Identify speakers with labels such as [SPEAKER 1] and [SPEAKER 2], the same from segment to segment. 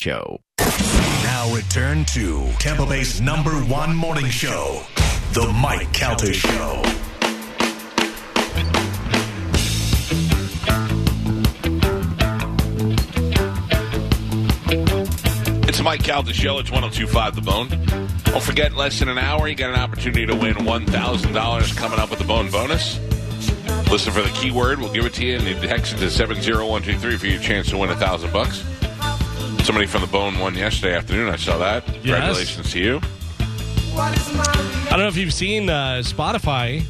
[SPEAKER 1] Show.
[SPEAKER 2] Now return to Tampa Bay's number one morning show, The Mike Calter Show.
[SPEAKER 3] It's Mike Cal, the show. It's 1025 The Bone. Don't forget, less than an hour, you got an opportunity to win $1,000 coming up with the Bone Bonus. Listen for the keyword. We'll give it to you, and you text it to 70123 for your chance to win 1000 bucks. Somebody from The Bone won yesterday afternoon. I saw that. Congratulations to you.
[SPEAKER 4] I don't know if you've seen uh, Spotify.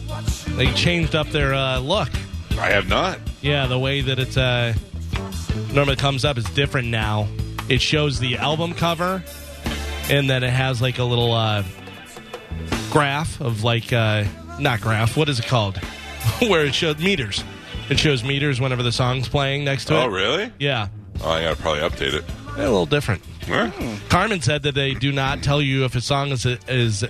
[SPEAKER 4] They changed up their uh, look.
[SPEAKER 3] I have not.
[SPEAKER 4] Yeah, the way that it uh, normally comes up is different now. It shows the album cover, and then it has like a little uh, graph of like uh, not graph. What is it called? Where it showed meters. It shows meters whenever the song's playing next to it.
[SPEAKER 3] Oh, really?
[SPEAKER 4] Yeah,
[SPEAKER 3] Oh, I gotta probably update it.
[SPEAKER 4] a little different.
[SPEAKER 3] Huh?
[SPEAKER 4] Carmen said that they do not tell you if a song is is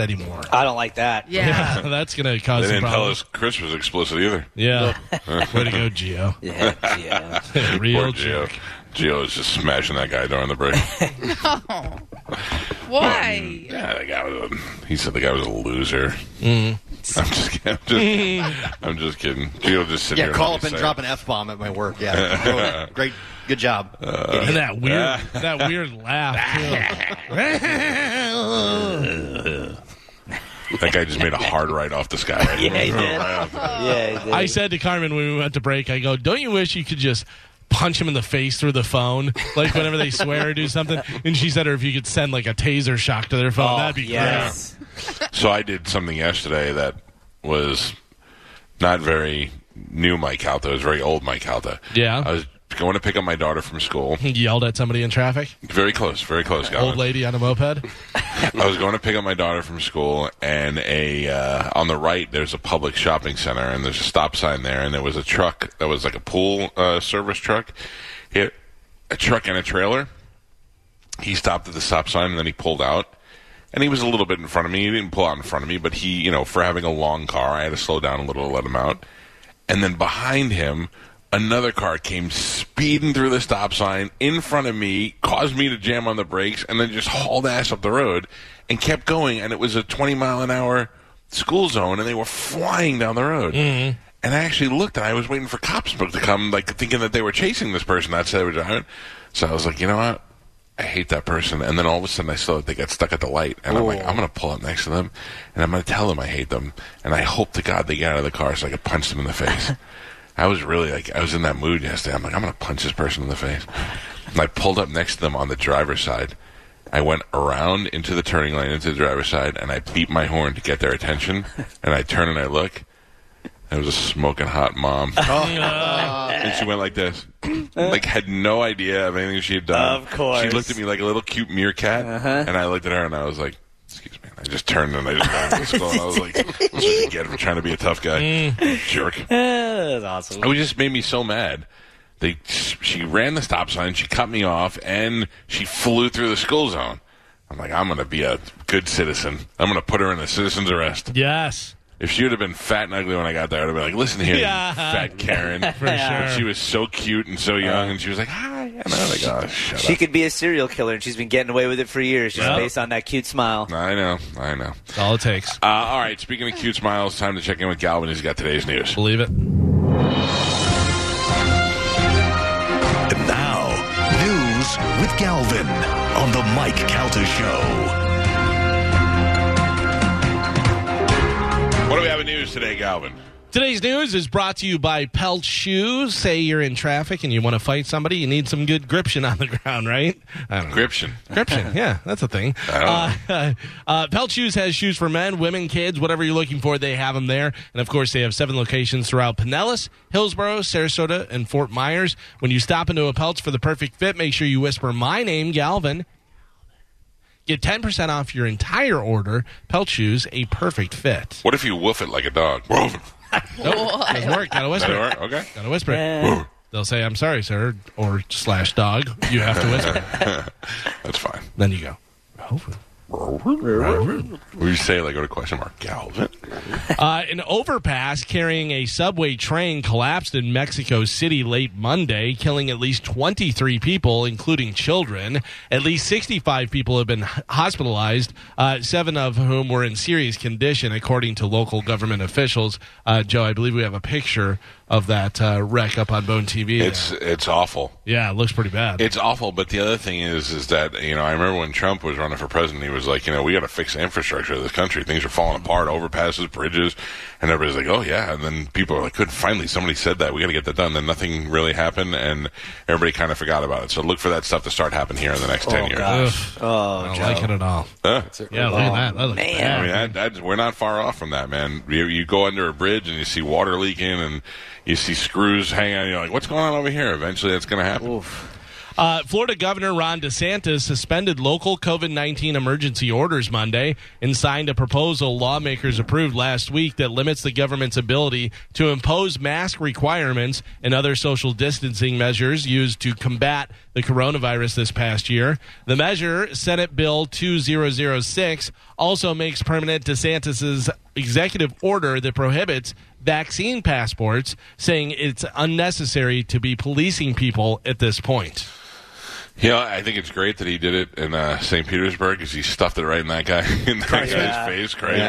[SPEAKER 4] anymore.
[SPEAKER 5] I don't like that.
[SPEAKER 6] Yeah.
[SPEAKER 4] That's gonna cause
[SPEAKER 3] They
[SPEAKER 4] some
[SPEAKER 3] didn't tell
[SPEAKER 4] problems.
[SPEAKER 3] us Chris was explicit either.
[SPEAKER 4] Yeah. Way to go, Gio.
[SPEAKER 5] Yeah, yeah.
[SPEAKER 4] Real
[SPEAKER 3] Poor Gio. Gio is just smashing that guy during the break.
[SPEAKER 6] Why?
[SPEAKER 3] Yeah, the guy was. A, he said the guy was a loser. I'm just kidding. I'm just, I'm just kidding. Gio just sitting
[SPEAKER 7] Yeah,
[SPEAKER 3] here.
[SPEAKER 7] call
[SPEAKER 3] let
[SPEAKER 7] up
[SPEAKER 3] me
[SPEAKER 7] and
[SPEAKER 3] say
[SPEAKER 7] drop
[SPEAKER 3] it.
[SPEAKER 7] an F bomb at my work. Yeah. Great. Great. Good job.
[SPEAKER 3] Uh,
[SPEAKER 4] And that weird that weird laugh too.
[SPEAKER 3] That guy just made a hard right off this guy. Right
[SPEAKER 5] Yeah, he did.
[SPEAKER 3] Right off the-
[SPEAKER 5] Yeah,
[SPEAKER 4] I said to Carmen when we went to break, I go, Don't you wish you could just punch him in the face through the phone? Like whenever they swear or do something. And she said to her if you could send like a taser shock to their phone, that'd be
[SPEAKER 5] Oh, yes.
[SPEAKER 3] So I did something yesterday that was not very new Mike Calta. It was very old Mike Calta.
[SPEAKER 4] Yeah.
[SPEAKER 3] I was going to pick up my daughter from school.
[SPEAKER 4] great. Yelled at somebody in traffic.
[SPEAKER 3] Very close. Very close, guy.
[SPEAKER 4] Old lady on a moped.
[SPEAKER 3] I was going to pick up my daughter from school, and a uh, on the right there's a public shopping center, and there's a stop sign there, and there was a truck that was like a pool uh, service truck, it, a truck and a trailer. He stopped at the stop sign, and then he pulled out, and he was a little bit in front of me. He didn't pull out in front of me, but he, you know, for having a long car, I had to slow down a little to let him out. And then behind him, another car came speeding through the stop sign in front of me, caused me to jam on the brakes, and then just hauled ass up the road and kept going. And it was a 20 mile an hour school zone, and they were flying down the road. And I actually looked, and I was waiting for cops to come, like thinking that they were chasing this person. That's how they were driving. So I was like, you know what? I hate that person. And then all of a sudden, I saw that they got stuck at the light, and I'm like, I'm going to pull up next to them, and I'm going to tell them I hate them, and I hope to God they get out of the car so I could punch them in the face. I was really like, I was in that mood yesterday. I'm like, I'm going to punch this person in the face. And I pulled up next to them on the driver's side. I went around into the turning lane into the driver's side, and I beat my horn to get their attention. And I turn and I look. It was a smoking hot mom. and she went like this. Like, had no idea of anything she had done.
[SPEAKER 5] Uh-huh. Of course. Uh-huh.
[SPEAKER 3] She looked at me like a little cute meerkat. And I looked at her and I was like, excuse me. And I just turned and I just went to school. And I was like, that's what you get for trying to be a tough guy. Jerk.
[SPEAKER 5] Mm. That's awesome.
[SPEAKER 3] It was just made me so mad. They, she ran the stop sign, she cut me off, and she flew through the school zone. I'm like, I'm gonna be a good citizen. I'm gonna put her in a citizen's arrest.
[SPEAKER 4] Yes.
[SPEAKER 3] If she would have been fat and ugly when I got there, I'd have been like, "Listen here,
[SPEAKER 4] Yeah.
[SPEAKER 3] you fat Karen." For
[SPEAKER 4] sure.
[SPEAKER 3] she was so cute and so young, and she was like, "Hi," and I was like, "Oh, shut
[SPEAKER 5] She
[SPEAKER 3] up."
[SPEAKER 5] could be a serial killer, and she's been getting away with it for years just
[SPEAKER 4] Yeah.
[SPEAKER 5] based on that cute smile.
[SPEAKER 3] I know, I know.
[SPEAKER 4] That's all it takes.
[SPEAKER 3] Uh, all right. Speaking of cute smiles, time to check in with Galvin. He's got today's news.
[SPEAKER 4] Believe it.
[SPEAKER 2] And now, news with Galvin on The Mike Calter Show.
[SPEAKER 3] What do we have in news today, Galvin?
[SPEAKER 4] Today's news is brought to you by Pelt Shoes. Say you're in traffic and you want to fight somebody, you need some good gription on the ground, right? I don't know.
[SPEAKER 3] Gription.
[SPEAKER 4] Gription, yeah, that's a thing.
[SPEAKER 3] I
[SPEAKER 4] Uh, uh, Pelt Shoes has shoes for men, women, kids, whatever you're looking for, they have them there. And of course, they have seven locations throughout Pinellas, Hillsborough, Sarasota, and Fort Myers. When you stop into a Pelt's for the perfect fit, make sure you whisper my name, Galvin. Get 10% off your entire order. Pelt Shoes, a perfect fit.
[SPEAKER 3] What if you woof it like a dog? Woof.
[SPEAKER 4] Nope, doesn't work. Gotta whisper.
[SPEAKER 3] That'll work. Okay.
[SPEAKER 4] Gotta whisper.
[SPEAKER 5] Eh.
[SPEAKER 4] They'll say, I'm sorry, sir, or slash dog. You have to whisper.
[SPEAKER 3] That's fine.
[SPEAKER 4] then you go.
[SPEAKER 3] Would you say like go to question mark Galvin?
[SPEAKER 4] Uh, an overpass carrying a subway train collapsed in Mexico City late Monday, killing at least 23 people, including children. At least 65 people have been h- hospitalized, uh, seven of whom were in serious condition, according to local government officials. Uh, Joe, I believe we have a picture of that uh, wreck up on Bone TV. there.
[SPEAKER 3] It's it's awful.
[SPEAKER 4] yeah, it looks pretty bad.
[SPEAKER 3] It's awful, but the other thing is, is that you know, I remember when Trump was running for president, he was like, you know, we got to fix the infrastructure of this country. Things are falling apart, overpasses, bridges, and everybody's like, oh yeah. And then people are like, good, finally somebody said that. We got to get that done. Then nothing really happened, and everybody kind of forgot about it. So look for that stuff to start happening here in the next ten years.
[SPEAKER 4] Ugh,
[SPEAKER 5] Oh,
[SPEAKER 4] I don't
[SPEAKER 5] Joe.
[SPEAKER 4] like it at all.
[SPEAKER 3] Huh? Oh,
[SPEAKER 4] Yeah, look at that. that looks
[SPEAKER 5] man.
[SPEAKER 4] bad.
[SPEAKER 3] I mean, that, that, we're not far off from that, man. You, you go under a bridge and you see water leaking and you see screws hanging out. And you're like, what's going on over here? Eventually, that's going to happen.
[SPEAKER 4] Uh, Florida Governor Ron DeSantis suspended local COVID 19 emergency orders Monday and signed a proposal lawmakers approved last week that limits the government's ability to impose mask requirements and other social distancing measures used to combat the coronavirus this past year. The measure, Senate Bill 2006, also makes permanent DeSantis's executive order that prohibits vaccine passports, saying it's unnecessary to be policing people at this point.
[SPEAKER 3] You know, I think it's great that he did it in uh, St. Petersburg because he stuffed it right in that guy in that guy's face, crazy.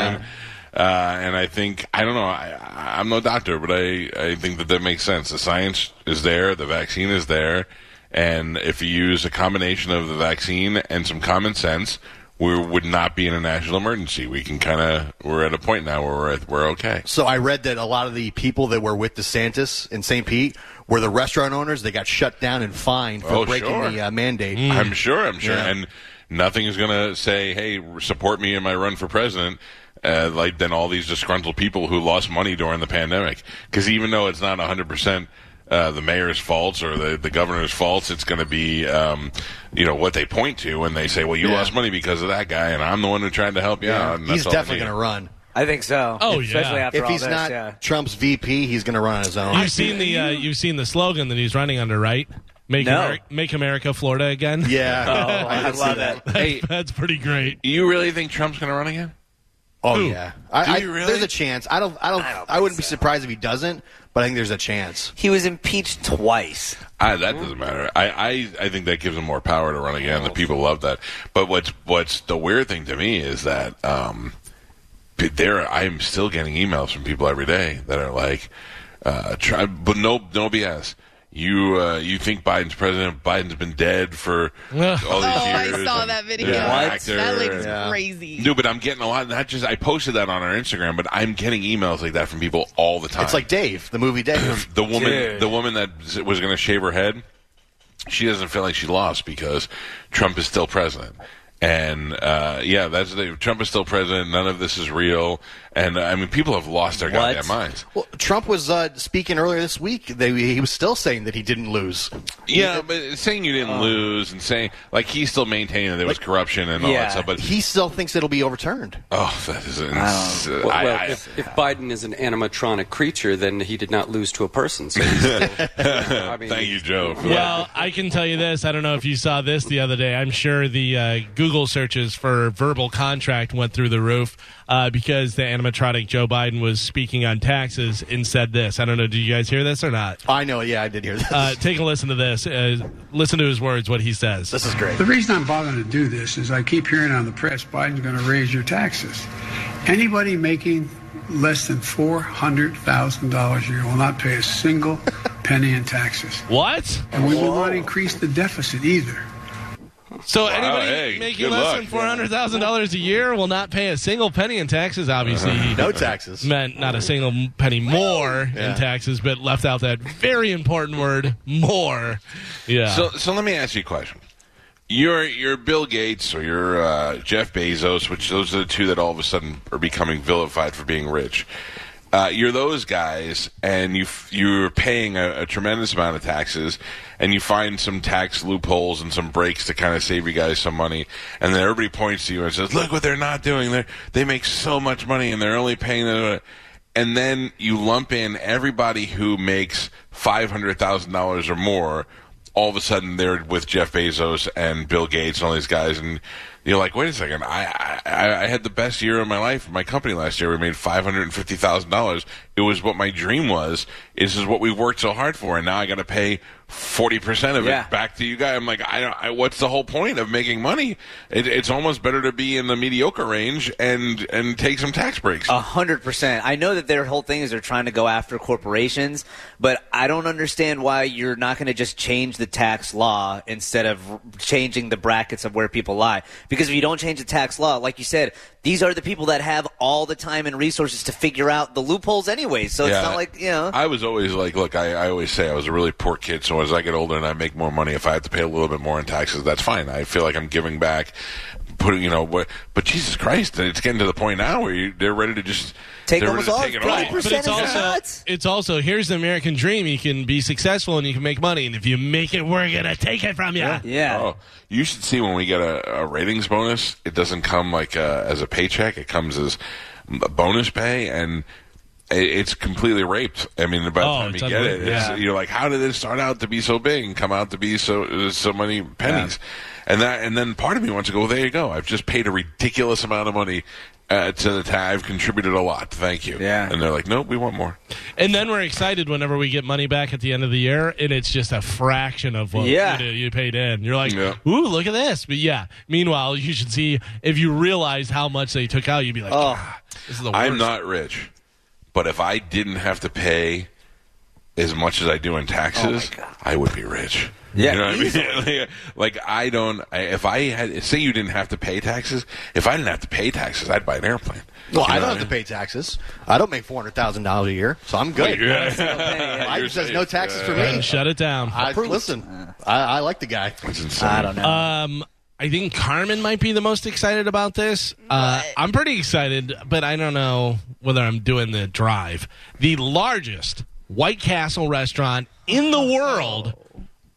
[SPEAKER 3] Uh, and I think I don't know. I, I'm no doctor, but I I think that that makes sense. The science is there, the vaccine is there, and if you use a combination of the vaccine and some common sense, we would not be in a national emergency. We can kind of we're at a point now where we're at, we're okay.
[SPEAKER 7] So I read that a lot of the people that were with DeSantis in St. Pete were the restaurant owners. They got shut down and fined for
[SPEAKER 3] Oh,
[SPEAKER 7] breaking
[SPEAKER 3] sure. Mm.
[SPEAKER 7] the uh, mandate.
[SPEAKER 3] I'm sure. I'm sure.
[SPEAKER 7] Yeah.
[SPEAKER 3] And nothing is going to say, "Hey, support me in my run for president." Uh, like then all these disgruntled people who lost money during the pandemic, because even though it's not 100 percent uh, the mayor's faults or the, the governor's faults, it's going to be um, you know what they point to when they say, "Well, you
[SPEAKER 7] Yeah.
[SPEAKER 3] lost money because of that guy," and I'm the one who tried to help you out. And
[SPEAKER 7] He's
[SPEAKER 3] that's all they
[SPEAKER 7] definitely
[SPEAKER 3] need.
[SPEAKER 7] going to run.
[SPEAKER 5] I think so.
[SPEAKER 4] Oh,
[SPEAKER 5] Especially
[SPEAKER 4] yeah.
[SPEAKER 5] after
[SPEAKER 7] if
[SPEAKER 5] all
[SPEAKER 7] he's
[SPEAKER 5] this,
[SPEAKER 7] not
[SPEAKER 5] yeah.
[SPEAKER 7] Trump's VP, he's going to run on his own.
[SPEAKER 4] You've seen the uh, you've seen the slogan that he's running under, right? Make
[SPEAKER 5] No.
[SPEAKER 4] Ameri- Make America Florida again.
[SPEAKER 7] yeah,
[SPEAKER 5] Oh, I love it.
[SPEAKER 3] Hey,
[SPEAKER 4] That's pretty great.
[SPEAKER 3] you really think Trump's going to run again?
[SPEAKER 7] Oh
[SPEAKER 4] Who?
[SPEAKER 7] yeah, I, I,
[SPEAKER 3] you really?
[SPEAKER 7] there's a chance. I don't. I don't. I, wouldn't be surprised if he doesn't. But I think there's a chance.
[SPEAKER 5] He was impeached twice.
[SPEAKER 3] I, Ah, that doesn't matter. I, I, I think that gives him more power to run again.
[SPEAKER 1] Oh.
[SPEAKER 3] The people love that. But what's what's the weird thing to me is that um, but there I'm still getting emails from people every day that are like, uh, try, but no no BS. You uh, you think Biden's president? Biden's been dead for all these
[SPEAKER 4] Oh,
[SPEAKER 1] I
[SPEAKER 3] years.
[SPEAKER 1] saw
[SPEAKER 3] and
[SPEAKER 1] that video.
[SPEAKER 3] he's an
[SPEAKER 1] What?
[SPEAKER 3] actor
[SPEAKER 1] That looks
[SPEAKER 3] and-
[SPEAKER 1] crazy.
[SPEAKER 3] No, but I'm getting a lot. Not just I posted that on our Instagram, but I'm getting emails like that from people all the time
[SPEAKER 7] It's like Dave, the movie Dave.
[SPEAKER 3] the woman
[SPEAKER 5] Dude.
[SPEAKER 3] the woman that was going to shave her head she doesn't feel like she lost because trump is still president and uh, yeah that's the trump is still president none of this is real and i mean people have lost their
[SPEAKER 5] What?
[SPEAKER 3] goddamn minds
[SPEAKER 7] well, Trump was uh, speaking earlier this week. They, he was still saying that he didn't lose.
[SPEAKER 3] yeah but saying you didn't lose and saying like he's still maintaining that there was corruption and all
[SPEAKER 5] Yeah.
[SPEAKER 3] that stuff but
[SPEAKER 7] He still thinks it'll be overturned.
[SPEAKER 3] oh that is ins-
[SPEAKER 5] don't-
[SPEAKER 3] I-
[SPEAKER 6] well,
[SPEAKER 3] I-
[SPEAKER 6] if, if Biden is an animatronic creature, then he did not lose to a person. So he's still, I mean,
[SPEAKER 3] thank you joe for
[SPEAKER 4] Well, I can tell you this. I don't know if you saw this the other day. I'm sure the uh, Google searches for verbal contract went through the roof uh, because the animatronic Joe Biden was speaking on taxes and said this. I don't know. Did you guys hear this or not?
[SPEAKER 7] I know. Yeah, I did hear this.
[SPEAKER 4] Uh, take a listen to this. Uh, listen to his words. What he says.
[SPEAKER 7] this is great.
[SPEAKER 8] The reason I'm bothering to do this is I keep hearing on the press Biden's going to raise your taxes. Anybody making less than $400,000 a year will not pay a single penny in taxes.
[SPEAKER 4] What?
[SPEAKER 8] And we will not increase the deficit either.
[SPEAKER 4] So
[SPEAKER 3] Wow,
[SPEAKER 4] anybody
[SPEAKER 3] hey,
[SPEAKER 4] making
[SPEAKER 3] good
[SPEAKER 4] less
[SPEAKER 3] luck.
[SPEAKER 4] than four hundred thousand dollars a year will not pay a single penny in taxes. Obviously, he
[SPEAKER 7] No taxes.
[SPEAKER 4] meant not a single penny more
[SPEAKER 7] Yeah.
[SPEAKER 4] in taxes, but left out that very important word, more. Yeah.
[SPEAKER 3] So, so let me ask you a question. You're, you're Bill Gates or you're uh, Jeff Bezos, which those are the two that all of a sudden are becoming vilified for being rich. Uh, you're those guys, and you f- you're paying a, a tremendous amount of taxes, and you find some tax loopholes and some breaks to kind of save you guys some money, and then everybody points to you and says, "Look what they're not doing. They they make so much money, and they're only paying." The, and then you lump in everybody who makes five hundred thousand dollars or more. All of a sudden, they're with Jeff Bezos and Bill Gates and all these guys, and you're like, "Wait a second! I I, I had the best year of my life. My company last year, we made five hundred and fifty thousand dollars. It was what my dream was. This is what we worked so hard for, and now I got to pay forty percent of
[SPEAKER 5] Yeah.
[SPEAKER 3] it back to you guys. I'm like, I don't. I, what's the whole point of making money? It, it's almost better to be in the mediocre range and and take some tax breaks.
[SPEAKER 5] A hundred percent. I know that their whole thing is they're trying to go after corporations, but I don't understand why you're not going to just change the tax law instead of r- changing the brackets of where people lie. Because if you don't change the tax law, like you said, these are the people that have all the time and resources to figure out the loopholes anyway. So it's not like you know.
[SPEAKER 3] I was always like, look, I, I always say I was a really poor kid, so as I get older and I make more money, if I have to pay a little bit more in taxes, that's fine. I feel like I'm giving back, putting, you know, what, but Jesus Christ, it's getting to the point now where you, they're ready to just
[SPEAKER 5] Take
[SPEAKER 3] they're
[SPEAKER 5] almost
[SPEAKER 3] ready
[SPEAKER 5] all-
[SPEAKER 3] to take it
[SPEAKER 5] right,
[SPEAKER 3] all.
[SPEAKER 4] but it's
[SPEAKER 5] percentage
[SPEAKER 4] also
[SPEAKER 5] cuts.
[SPEAKER 4] it's also here's the American dream. You can be successful and you can make money, and if you make it, we're gonna take it from you.
[SPEAKER 5] yeah.
[SPEAKER 3] Oh, you should see when we get a, a ratings bonus. It doesn't come like uh, as a paycheck. It comes as a bonus pay, and i it's completely raped. I mean, by the
[SPEAKER 4] Oh,
[SPEAKER 3] time you
[SPEAKER 4] it's
[SPEAKER 3] get it,
[SPEAKER 4] unbelievable.
[SPEAKER 3] it's,
[SPEAKER 4] Yeah.
[SPEAKER 3] you're like, how did this start out to be so big and come out to be so uh, so many pennies? And that, and then part of me wants to go. There you go. I've just paid a ridiculous amount of money uh, to the ta I've contributed a lot. Thank you.
[SPEAKER 5] Yeah.
[SPEAKER 3] And they're like, nope, we want more.
[SPEAKER 4] And then we're excited whenever we get money back at the end of the year, and it's just a fraction of what
[SPEAKER 5] Yeah.
[SPEAKER 4] you, did- you paid in. You're like,
[SPEAKER 3] Yeah.
[SPEAKER 4] ooh, look at this. But yeah, meanwhile, you should see if you realize how much they took out, you'd be like, "Ah, this is the worst.
[SPEAKER 3] Oh. I'm not rich, but if I didn't have to pay as much as I do in
[SPEAKER 7] Oh
[SPEAKER 3] taxes, I would be rich.
[SPEAKER 5] Yeah,
[SPEAKER 3] you know what I mean? like I don't. I, if I had, say, you didn't have to pay taxes. If I didn't have to pay taxes, I'd buy an airplane.
[SPEAKER 7] Well, I
[SPEAKER 3] You know
[SPEAKER 7] don't
[SPEAKER 3] what
[SPEAKER 7] have to pay taxes. I don't make four hundred thousand dollars a year, so I'm good.
[SPEAKER 3] mean?
[SPEAKER 7] I
[SPEAKER 3] You're
[SPEAKER 7] just says
[SPEAKER 3] safe.
[SPEAKER 7] no taxes for
[SPEAKER 4] Go ahead and
[SPEAKER 7] me.
[SPEAKER 3] Uh,
[SPEAKER 4] shut it down.
[SPEAKER 7] I, listen, I, I like the guy.
[SPEAKER 3] It's insane.
[SPEAKER 5] I don't know.
[SPEAKER 4] Um, I think Carmen might be the most excited about this. Uh, I'm pretty excited, but I don't know whether I'm doing the drive. The largest White Castle restaurant in the world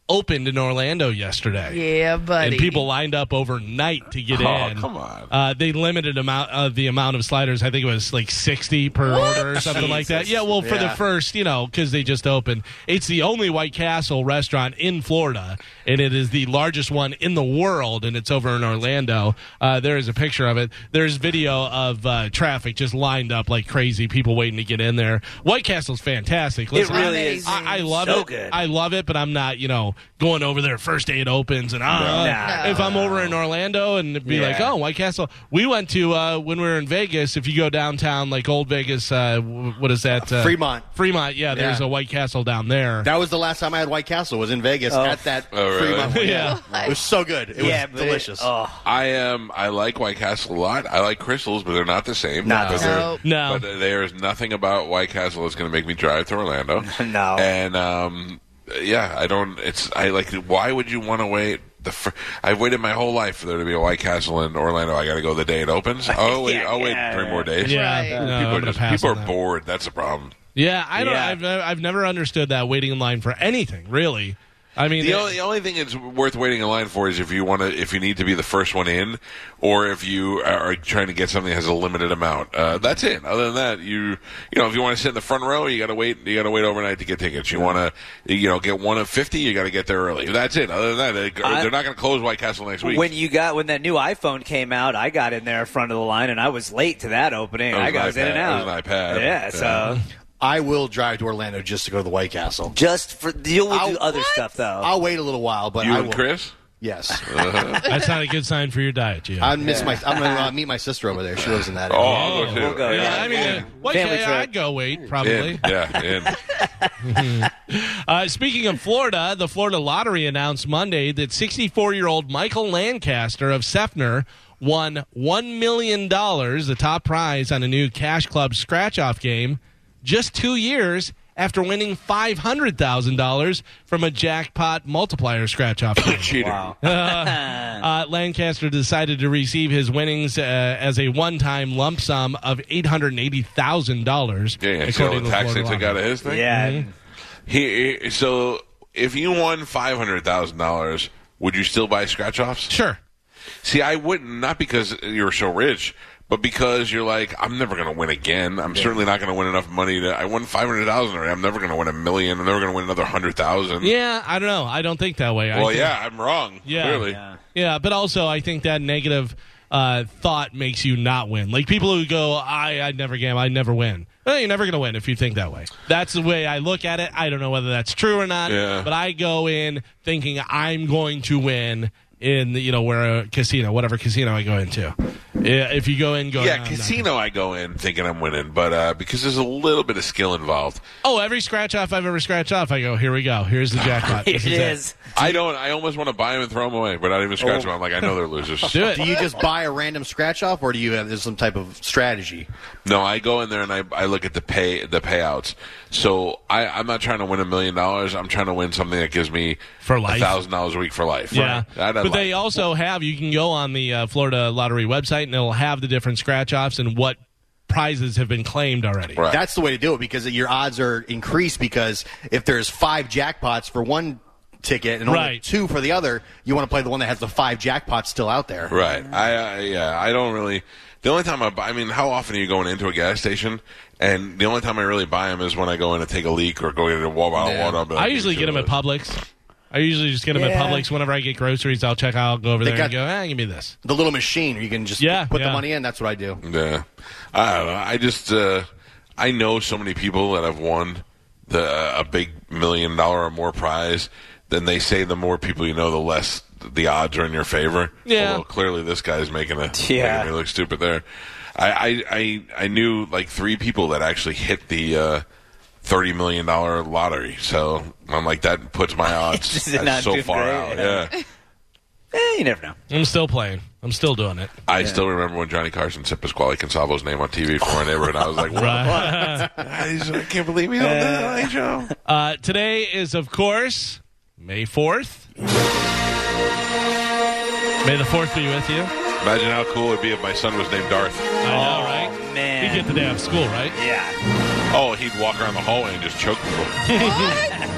[SPEAKER 4] opened in Orlando yesterday.
[SPEAKER 1] Yeah, buddy.
[SPEAKER 4] And people lined up overnight to get
[SPEAKER 3] Oh,
[SPEAKER 4] in.
[SPEAKER 3] come on.
[SPEAKER 4] Uh, they limited amount of the amount of sliders. I think it was like sixty per order or something like that. Yeah, well, for the
[SPEAKER 7] Yeah.
[SPEAKER 4] first, you know, because they just opened. It's the only White Castle restaurant in Florida, and it is the largest one in the world, and it's over in Orlando. Uh, there is a picture of it. There's video of uh, traffic just lined up like crazy, people waiting to get in there. White Castle's fantastic. Listen,
[SPEAKER 5] really
[SPEAKER 4] I-
[SPEAKER 5] is.
[SPEAKER 4] I, I love
[SPEAKER 5] So
[SPEAKER 4] it.
[SPEAKER 5] good.
[SPEAKER 4] I love it, but I'm not, you know, going over there first day it opens and ah.
[SPEAKER 5] No.
[SPEAKER 4] If I'm over in Orlando and it'd be
[SPEAKER 5] Yeah.
[SPEAKER 4] like, oh, White Castle. We went to uh, when we were in Vegas. If you go downtown, like old Vegas, uh, w- what is that? Uh,
[SPEAKER 7] Fremont.
[SPEAKER 4] Fremont. Yeah, there's
[SPEAKER 7] Yeah.
[SPEAKER 4] a White Castle down there.
[SPEAKER 7] That was the last time I had White Castle. Was in Vegas at that
[SPEAKER 3] Oh, really?
[SPEAKER 7] Fremont. one.
[SPEAKER 4] Yeah.
[SPEAKER 7] it was so good. It
[SPEAKER 5] yeah,
[SPEAKER 7] was
[SPEAKER 5] but it-
[SPEAKER 7] delicious.
[SPEAKER 5] oh,
[SPEAKER 3] I am. I like White Castle a lot. I like crystals, but they're not the same.
[SPEAKER 5] Not the
[SPEAKER 3] But
[SPEAKER 5] same.
[SPEAKER 3] they're-
[SPEAKER 4] No.
[SPEAKER 3] But there is nothing about White Castle that's going to make me drive to Orlando.
[SPEAKER 5] No.
[SPEAKER 3] And um, yeah, I don't. It's I like. Why would you want to wait? The fir- I've waited my whole life for there to be a White Castle in Orlando. I got to go the day it opens. Oh wait,
[SPEAKER 5] Yeah,
[SPEAKER 3] oh wait,
[SPEAKER 5] yeah.
[SPEAKER 3] three more days.
[SPEAKER 4] Yeah,
[SPEAKER 1] Right.
[SPEAKER 4] no,
[SPEAKER 3] People
[SPEAKER 4] I'm
[SPEAKER 3] are,
[SPEAKER 4] gonna
[SPEAKER 3] just,
[SPEAKER 4] pass
[SPEAKER 3] people
[SPEAKER 4] on
[SPEAKER 3] are
[SPEAKER 4] that.
[SPEAKER 3] bored. That's the problem.
[SPEAKER 4] Yeah, I don't.
[SPEAKER 5] Yeah.
[SPEAKER 4] I've, I've never understood that waiting in line for anything. Really, I mean,
[SPEAKER 3] The
[SPEAKER 4] it-
[SPEAKER 3] only, the only thing it's worth waiting in line for is if you want to, if you need to be the first one in, or if you are trying to get something that has a limited amount. Uh, that's it. Other than that, you, you know, if you want to sit in the front row, you got to wait. You got to wait overnight to get tickets. You want to, you know, get one of fifty, you got to get there early. That's it. Other than that, they,
[SPEAKER 5] I-
[SPEAKER 3] they're not going to close White Castle next week.
[SPEAKER 5] when you got when that new iPhone came out, I got in there front of the line, and I was late to that opening.
[SPEAKER 3] That was
[SPEAKER 5] I got
[SPEAKER 3] an
[SPEAKER 5] was in
[SPEAKER 3] iPad.
[SPEAKER 5] and
[SPEAKER 3] That
[SPEAKER 5] out.
[SPEAKER 3] was an iPad.
[SPEAKER 5] Yeah, so
[SPEAKER 7] I will drive to Orlando just to go to the White Castle.
[SPEAKER 5] just for you'll
[SPEAKER 7] I'll-
[SPEAKER 5] do other stuff though.
[SPEAKER 7] Oh. I'll wait a little while, but
[SPEAKER 3] you
[SPEAKER 7] I
[SPEAKER 3] and
[SPEAKER 7] will.
[SPEAKER 3] Chris.
[SPEAKER 7] Yes,
[SPEAKER 4] That's not a good sign for your diet, Gio.
[SPEAKER 7] I miss my. I'm gonna uh, meet my sister over there. She lives in that
[SPEAKER 3] Oh,
[SPEAKER 7] area.
[SPEAKER 3] I'll go too.
[SPEAKER 5] We'll go,
[SPEAKER 3] Yeah.
[SPEAKER 4] yeah, I mean, uh, well,
[SPEAKER 5] Family
[SPEAKER 4] yeah,
[SPEAKER 5] trip.
[SPEAKER 4] I'd go wait,
[SPEAKER 3] In.
[SPEAKER 4] probably.
[SPEAKER 3] Yeah, in.
[SPEAKER 4] Uh, speaking of Florida, the Florida Lottery announced Monday that 64 year old Michael Lancaster of Sefner won $1 million, the top prize on a new Cash Club scratch off game, just two years after winning $500,000 from a jackpot multiplier scratch off game.
[SPEAKER 3] Cheater.
[SPEAKER 4] Uh, Lancaster decided to receive his winnings uh, as a one time lump sum of $880,000.
[SPEAKER 3] Yeah, yeah. See all the tax they took out of his thing?
[SPEAKER 5] Yeah.
[SPEAKER 3] He, he- so if you won $500,000, would you still buy scratch offs?
[SPEAKER 4] Sure.
[SPEAKER 3] See, I wouldn't, not because you're so rich, but because you're like, I'm never going to win again. I'm certainly not going to win enough money to. I won 500000 already. I'm never going to win a million. I'm never going to win another 100000
[SPEAKER 4] Yeah, I don't know. I don't think that way. I
[SPEAKER 3] Well,
[SPEAKER 4] think-
[SPEAKER 3] yeah, I'm wrong.
[SPEAKER 4] Yeah.
[SPEAKER 3] Clearly.
[SPEAKER 4] Yeah, but also I think that negative uh, thought makes you not win. Like people who go, I, I never gamble, I never win. Well, you're never going to win if you think that way. That's the way I look at it. I don't know whether that's true or not,
[SPEAKER 3] Yeah.
[SPEAKER 4] but I go in thinking I'm going to win in the, you know where a casino, whatever casino I go into. Yeah, if you go in, "Oh, go
[SPEAKER 3] Yeah,
[SPEAKER 4] "No, I'm not gonna-"
[SPEAKER 3] casino I go in thinking I'm winning, but uh, because there's a little bit of skill involved.
[SPEAKER 4] Oh, every scratch off I've ever scratched off, I go here we go. Here's the jackpot.
[SPEAKER 5] Here
[SPEAKER 4] This
[SPEAKER 5] it
[SPEAKER 4] is
[SPEAKER 5] is.
[SPEAKER 3] I don't. I almost want to buy them and throw them away, but not even scratch them. I'm like, I know they're losers.
[SPEAKER 4] Oh. Do it.
[SPEAKER 7] Do you just buy a random scratch off, or do you have there's some type of strategy?
[SPEAKER 3] No, I go in there and I, I look at the pay the payouts. So I, I'm not trying to win a million dollars. I'm trying to win something that gives me
[SPEAKER 4] For life.
[SPEAKER 3] thousand dollars a week for life.
[SPEAKER 4] Yeah,
[SPEAKER 3] That I
[SPEAKER 4] but
[SPEAKER 3] like.
[SPEAKER 4] they also have. You can go on the uh, Florida Lottery website, and it'll have the different scratch offs and what prizes have been claimed already.
[SPEAKER 3] Right.
[SPEAKER 7] That's the way to do it because your odds are increased because if there's five jackpots for one ticket and only
[SPEAKER 4] Right.
[SPEAKER 7] two for the other, you want to play the one that has the five jackpots still out there.
[SPEAKER 3] right. I, I yeah. I don't really. The only time I buy, I mean, how often are you going into a gas station? And the only time I really buy them is when I go in to take a leak or go get a wa- bottle of water. I'll be like,
[SPEAKER 4] I usually get
[SPEAKER 3] "Give
[SPEAKER 4] them
[SPEAKER 3] me
[SPEAKER 4] at
[SPEAKER 3] two of
[SPEAKER 4] Publix. I usually just get them at
[SPEAKER 5] Yeah.
[SPEAKER 4] Publix. Whenever I get groceries, I'll check. I'll go over there and
[SPEAKER 7] got-
[SPEAKER 4] go, ah, give me this.
[SPEAKER 7] The little machine, you can just
[SPEAKER 4] Yeah,
[SPEAKER 7] put
[SPEAKER 4] yeah.
[SPEAKER 7] the money in. That's what I do.
[SPEAKER 3] those." Yeah. I don't know. I just uh, I know so many people that have won the uh, a big million dollar or more prize. Then they say the more people you know, the less the odds are in your favor.
[SPEAKER 4] Yeah.
[SPEAKER 3] Although clearly this guy's making a
[SPEAKER 5] Yeah.
[SPEAKER 3] making me look stupid there. I, I I I knew like three people that actually hit the uh, thirty million dollar lottery. So I'm like that puts my odds
[SPEAKER 5] This is not
[SPEAKER 3] so
[SPEAKER 5] too
[SPEAKER 3] far
[SPEAKER 5] great.
[SPEAKER 3] out. Yeah.
[SPEAKER 5] Eh, you never know.
[SPEAKER 4] I'm still playing. I'm still doing it.
[SPEAKER 3] I still remember when Johnny Carson said Pasquale Consalvo's name on TV for my neighborhood. I was like, what? He's- I can't believe he don't do that on the show.
[SPEAKER 4] Uh, today is, of course, May Fourth. May the Fourth be with you.
[SPEAKER 3] Imagine how cool it would be if my son was named Darth.
[SPEAKER 4] I know, right? You
[SPEAKER 5] Man.
[SPEAKER 4] get the day off school, right?
[SPEAKER 5] yeah.
[SPEAKER 3] Oh, he'd walk around the hallway and just choke people.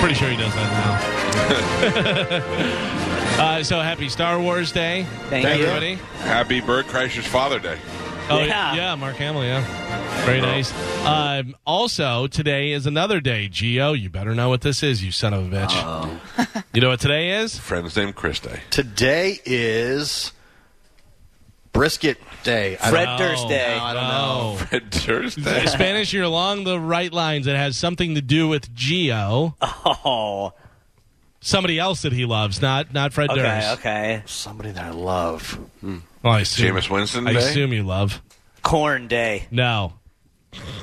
[SPEAKER 4] Pretty sure he does that now. uh, so happy Star Wars Day,
[SPEAKER 5] Thank, you.
[SPEAKER 4] everybody!
[SPEAKER 3] Happy Bird Crasher's Father Day.
[SPEAKER 4] Oh yeah,
[SPEAKER 5] Yeah.
[SPEAKER 4] Mark Hamill, yeah, very nice. Um, also, today is another day. Geo, you better know what this is, you son of a bitch. you know what today is?
[SPEAKER 3] Friend's named Chris Day.
[SPEAKER 7] Today is brisket day. I
[SPEAKER 5] Fred
[SPEAKER 7] don't-
[SPEAKER 5] Thursday.
[SPEAKER 7] No, I don't know.
[SPEAKER 3] Red Thursday.
[SPEAKER 4] In Oh. Spanish, you're along the right lines. It has something to do with Geo,
[SPEAKER 5] Oh.
[SPEAKER 4] somebody else that he loves, not not Fred
[SPEAKER 5] Okay.
[SPEAKER 4] Durst.
[SPEAKER 5] Okay.
[SPEAKER 7] Somebody that I love.
[SPEAKER 4] Well, I assume,
[SPEAKER 3] Jameis Winston
[SPEAKER 4] I
[SPEAKER 3] Day.
[SPEAKER 4] assume you love.
[SPEAKER 5] Corn day.
[SPEAKER 4] No,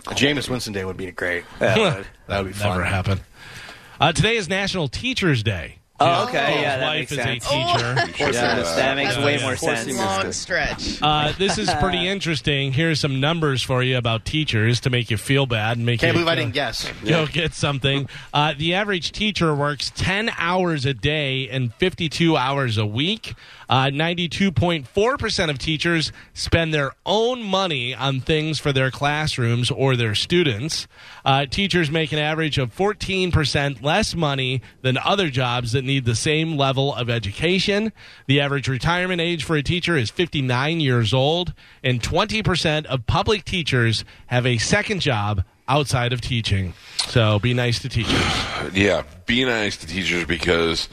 [SPEAKER 7] Jameis Winston Day would be great.
[SPEAKER 5] Yeah.
[SPEAKER 7] That would be fun.
[SPEAKER 4] never happen. Uh, today is National Teachers Day.
[SPEAKER 5] oh, okay.
[SPEAKER 4] His
[SPEAKER 5] Yeah, that
[SPEAKER 4] wife
[SPEAKER 5] makes
[SPEAKER 4] is
[SPEAKER 5] sense.
[SPEAKER 4] a teacher.
[SPEAKER 3] You should
[SPEAKER 7] Yeah.
[SPEAKER 3] do that.
[SPEAKER 5] That makes way
[SPEAKER 4] yeah.
[SPEAKER 5] more sense.
[SPEAKER 1] Long stretch.
[SPEAKER 4] Uh, this is pretty interesting. Here's some numbers for you about teachers to make you feel bad and make
[SPEAKER 7] Can't
[SPEAKER 4] you
[SPEAKER 7] believe I didn't guess.
[SPEAKER 4] go get something. Uh, the average teacher works 10 hours a day and 52 hours a week. Uh, 92.4% of teachers spend their own money on things for their classrooms or their students. Uh, teachers make an average of 14% less money than other jobs that need the same level of education. The average retirement age for a teacher is 59 years old, and 20% of public teachers have a second job outside of teaching. So be nice to teachers.
[SPEAKER 3] Yeah, be nice to teachers because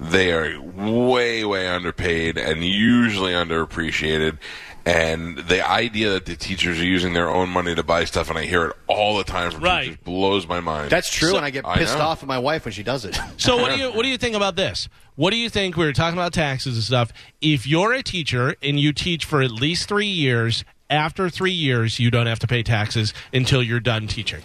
[SPEAKER 3] They are way, way underpaid and usually underappreciated. And the idea that the teachers are using their own money to buy stuff, and I hear it all the time from
[SPEAKER 4] Right.
[SPEAKER 3] teachers, blows my mind.
[SPEAKER 7] That's true, and I get
[SPEAKER 3] I
[SPEAKER 7] pissed
[SPEAKER 3] know.
[SPEAKER 7] off at my wife when she does it.
[SPEAKER 4] So what do you what do you think about this? What do you think? We were talking about taxes and stuff. If you're a teacher and you teach for at least three years, after three years, you don't have to pay taxes until you're done teaching.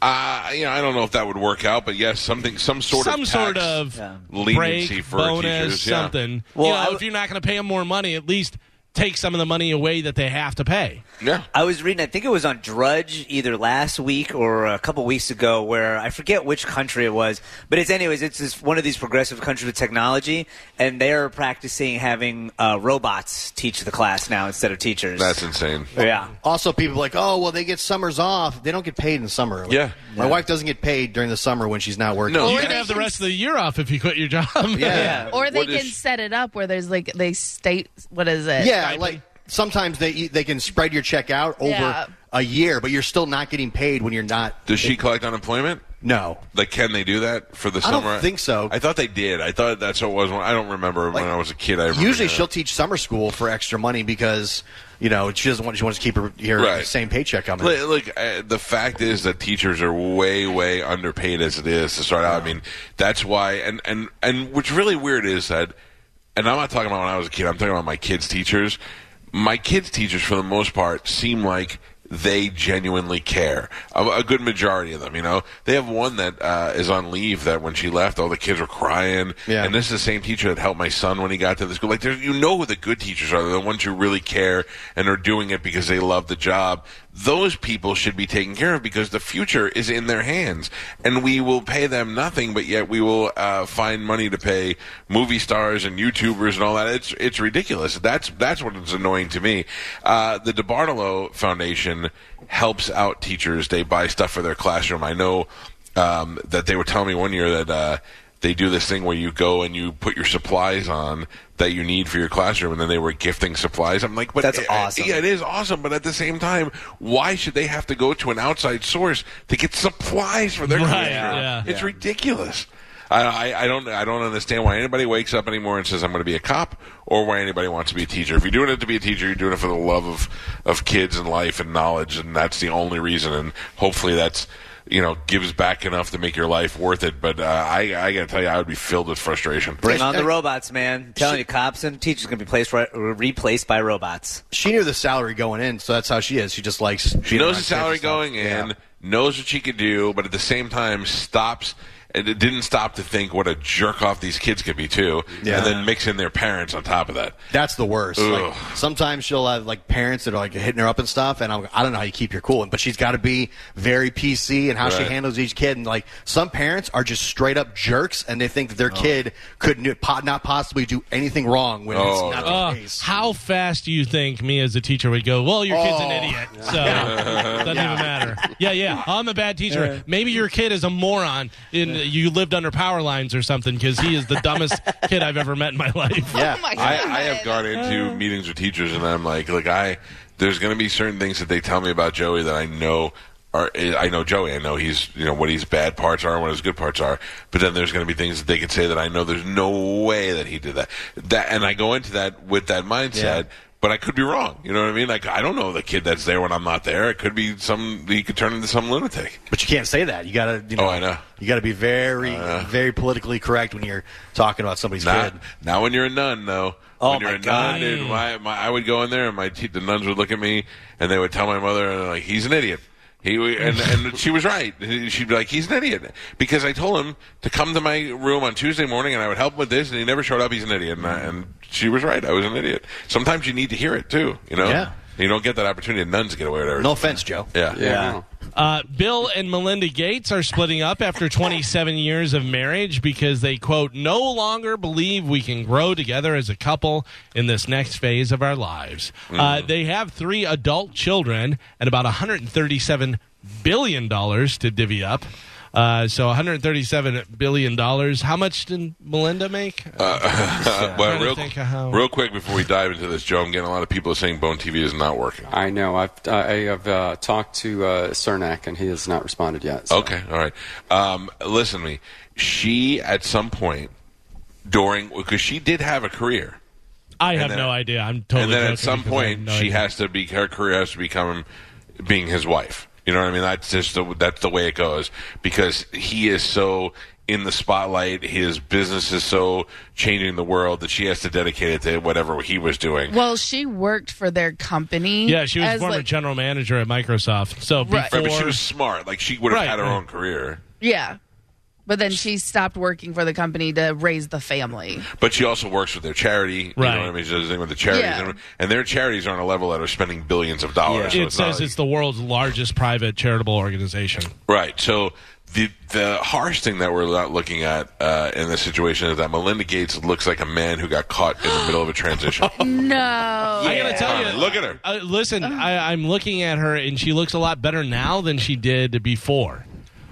[SPEAKER 3] Uh, you know, I don't know if that would work out, but yes, something, some sort
[SPEAKER 4] Some
[SPEAKER 3] of
[SPEAKER 4] sort
[SPEAKER 3] tax
[SPEAKER 4] of
[SPEAKER 3] leniency
[SPEAKER 4] break,
[SPEAKER 3] for
[SPEAKER 4] bonus,
[SPEAKER 3] teachers, yeah.
[SPEAKER 4] something.
[SPEAKER 5] Well,
[SPEAKER 4] you
[SPEAKER 5] I
[SPEAKER 4] know,
[SPEAKER 5] w-
[SPEAKER 4] if you're not going to pay them more money, at least take some of the money away that they have to pay.
[SPEAKER 3] Yeah.
[SPEAKER 5] I was reading, I think it was on Drudge either last week or a couple weeks ago, where I forget which country it was, but it's anyways, it's this, one of these progressive countries with technology, and they're practicing having uh, robots teach the class now instead of teachers.
[SPEAKER 3] That's insane.
[SPEAKER 5] yeah.
[SPEAKER 7] Also, people are like, oh, well, they get summers off. They don't get paid in summer. Like,
[SPEAKER 3] Yeah.
[SPEAKER 7] My wife doesn't get paid during the summer when she's not working.
[SPEAKER 3] No,
[SPEAKER 4] Well,
[SPEAKER 3] you
[SPEAKER 4] you can have the rest of the year off if you quit your job. Uh,
[SPEAKER 7] Yeah.
[SPEAKER 1] Or they
[SPEAKER 3] What is-
[SPEAKER 1] can set it up where there's like they state what is it?
[SPEAKER 7] Yeah, like sometimes they they can spread your check out over
[SPEAKER 1] Yeah.
[SPEAKER 7] a year, but you're still not getting paid when you're not.
[SPEAKER 3] Does she collect unemployment?
[SPEAKER 7] No.
[SPEAKER 3] Like, can they do that for the
[SPEAKER 7] I
[SPEAKER 3] summer?
[SPEAKER 7] don't think so.
[SPEAKER 3] I thought they did. I thought that's what it was. When, I don't remember when I was a kid. I remember
[SPEAKER 7] Usually,
[SPEAKER 3] that.
[SPEAKER 7] she'll teach summer school for extra money because you know she doesn't want she wants to keep her, her
[SPEAKER 3] Right.
[SPEAKER 7] same paycheck coming.
[SPEAKER 3] Look, look, uh, the fact is that teachers are way, way underpaid as it is to start out. I mean, that's why, and and and what's really weird is that, and I'm not talking about when I was a kid. I'm talking about my kids' teachers. My kids' teachers, for the most part, seem like they genuinely care. A, a good majority of them, you know, they have one that uh, is on leave. That when she left, all the kids were crying.
[SPEAKER 7] Yeah.
[SPEAKER 3] And this is the same teacher that helped my son when he got to the school. Like, there, you know who the good teachers are. They're the ones who really care and are doing it because they love the job. Those people should be taken care of because the future is in their hands. And we will pay them nothing, but yet we will uh, find money to pay movie stars and YouTubers and all that. It's, it's ridiculous. That's, that's what is annoying to me. Uh, the DeBartolo Foundation helps out teachers. They buy stuff for their classroom. I know um, that they were telling me one year that uh, they do this thing where you go and you put your supplies on that you need for your classroom, and then they were gifting supplies. I'm like, but
[SPEAKER 5] That's
[SPEAKER 3] I- I-
[SPEAKER 5] awesome.
[SPEAKER 3] yeah, it is awesome. But at the same time, why should they have to go to an outside source to get supplies for their
[SPEAKER 4] Right,
[SPEAKER 3] classroom?
[SPEAKER 4] yeah.
[SPEAKER 3] It's ridiculous. I, I, I don't I don't understand why anybody wakes up anymore and says I'm going to be a cop, or why anybody wants to be a teacher. If you're doing it to be a teacher, you're doing it for the love of of kids and life and knowledge, and that's the only reason. And hopefully, that's you know gives back enough to make your life worth it. But uh, I I got to tell you, I would be filled with frustration.
[SPEAKER 5] Bring on the robots, man. I'm telling you, cops and teachers going to be placed, ri- replaced by robots.
[SPEAKER 7] she knew the salary going in, so that's how she is. She just likes.
[SPEAKER 3] She knows the salary going in, knows what she could do, but at the same time stops and it didn't stop to think what a jerk off these kids could be too,
[SPEAKER 7] Yeah.
[SPEAKER 3] and then mix in their parents on top of that.
[SPEAKER 7] That's the worst. Like,
[SPEAKER 3] Ugh.
[SPEAKER 7] sometimes she'll have like parents that are like hitting her up and stuff, and I'm, I don't know how you keep your cool. But she's got to be very PC and how she
[SPEAKER 3] Right.
[SPEAKER 7] handles each kid. And like some parents are just straight up jerks, and they think that their
[SPEAKER 3] Oh.
[SPEAKER 7] kid could n- po- not possibly do anything wrong when
[SPEAKER 3] Oh,
[SPEAKER 7] it's not
[SPEAKER 4] Uh,
[SPEAKER 7] the case.
[SPEAKER 4] how fast do you think me as a teacher would go? Well, your kid's an
[SPEAKER 7] Oh.
[SPEAKER 4] idiot, so doesn't even matter. Yeah, yeah, I'm a bad teacher. Maybe your kid is a moron. In you lived under power lines or something because he is the dumbest kid I've ever met in my life.
[SPEAKER 7] Yeah.
[SPEAKER 1] Oh my god.
[SPEAKER 3] I, I have gone into meetings with teachers and I'm like, look, I there's going to be certain things that they tell me about Joey that I know are I know Joey, I know he's you know what his bad parts are and what his good parts are, but then there's going to be things that they could say that I know there's no way that he did that. That and I go into that with that mindset.
[SPEAKER 7] Yeah.
[SPEAKER 3] But I could be wrong. You know what I mean? Like I don't know the kid that's there when I'm not there. It could be some. He could turn into some lunatic.
[SPEAKER 7] But you can't say that. You gotta. You know,
[SPEAKER 3] Oh, I know.
[SPEAKER 7] You gotta be very, very politically correct when you're talking about somebody's
[SPEAKER 3] Not,
[SPEAKER 7] kid.
[SPEAKER 3] not when you're a nun, though.
[SPEAKER 5] Oh,
[SPEAKER 3] when you're
[SPEAKER 5] my
[SPEAKER 3] a
[SPEAKER 5] God.
[SPEAKER 3] nun, dude, my, my, I would go in there and my te- the nuns would look at me and they would tell my mother, and like, he's an idiot. He w- and, and she was right. She'd be like, he's an idiot because I told him to come to my room on Tuesday morning and I would help him with this, and he never showed up. He's an idiot, and, I, and she was right. I was an idiot. Sometimes you need to hear it too. You know,
[SPEAKER 7] Yeah.
[SPEAKER 3] You don't get that opportunity. Nuns get away with everything.
[SPEAKER 7] No offense, Joe.
[SPEAKER 3] Yeah.
[SPEAKER 6] Yeah.
[SPEAKER 4] Uh, Bill and Melinda Gates are splitting up after 27 years of marriage because they, quote, no longer believe we can grow together as a couple in this next phase of our lives.
[SPEAKER 3] Mm.
[SPEAKER 4] Uh, they have three adult children and about $137 billion to divvy up. Uh, so $137 billion. How much did Melinda make?
[SPEAKER 3] Uh, but
[SPEAKER 4] Trying to
[SPEAKER 3] real,
[SPEAKER 4] think of how-
[SPEAKER 3] real quick before we dive into this, Joe, I'm getting a lot of people saying Bone TV is not working.
[SPEAKER 6] I know. I've I have uh, talked to uh, Cernak and he has not responded yet. so.
[SPEAKER 3] Okay, all right. Um, listen to me. She, at some point, during because she did have a career.
[SPEAKER 4] I have
[SPEAKER 3] then-
[SPEAKER 4] no idea. I'm totally.
[SPEAKER 3] and then
[SPEAKER 4] joking
[SPEAKER 3] at some
[SPEAKER 4] Oh, because I have
[SPEAKER 3] point
[SPEAKER 4] no
[SPEAKER 3] she
[SPEAKER 4] idea.
[SPEAKER 3] has to be her career has to become being his wife you know what i mean that's just the, that's the way it goes because he is so in the spotlight his business is so changing the world that she has to dedicate it to whatever he was doing
[SPEAKER 1] Well, she worked for their company.
[SPEAKER 4] Yeah, she was
[SPEAKER 1] as,
[SPEAKER 4] former
[SPEAKER 1] like-
[SPEAKER 4] general manager at Microsoft. So before,
[SPEAKER 1] Right.
[SPEAKER 3] right, but she was smart like she would have
[SPEAKER 4] Right,
[SPEAKER 3] had her
[SPEAKER 4] right.
[SPEAKER 3] own career
[SPEAKER 1] Yeah. But then she stopped working for the company to raise the family.
[SPEAKER 3] but she also works with their charity you
[SPEAKER 4] Right.
[SPEAKER 3] know what i mean she does anything with the charities
[SPEAKER 1] Yeah.
[SPEAKER 3] and, and their charities are on a level that are spending billions of dollars so
[SPEAKER 4] it
[SPEAKER 3] it's not
[SPEAKER 4] says
[SPEAKER 3] like-
[SPEAKER 4] it's the world's largest private charitable organization.
[SPEAKER 3] Right. So the the harsh thing that we're not looking at uh, in this situation is that Melinda Gates looks like a man who got caught in the middle of a transition.
[SPEAKER 1] No.
[SPEAKER 4] I gotta tell
[SPEAKER 3] Carmen,
[SPEAKER 4] you,
[SPEAKER 3] look at her.
[SPEAKER 4] Uh, listen, I, I'm looking at her, and she looks a lot better now than she did before.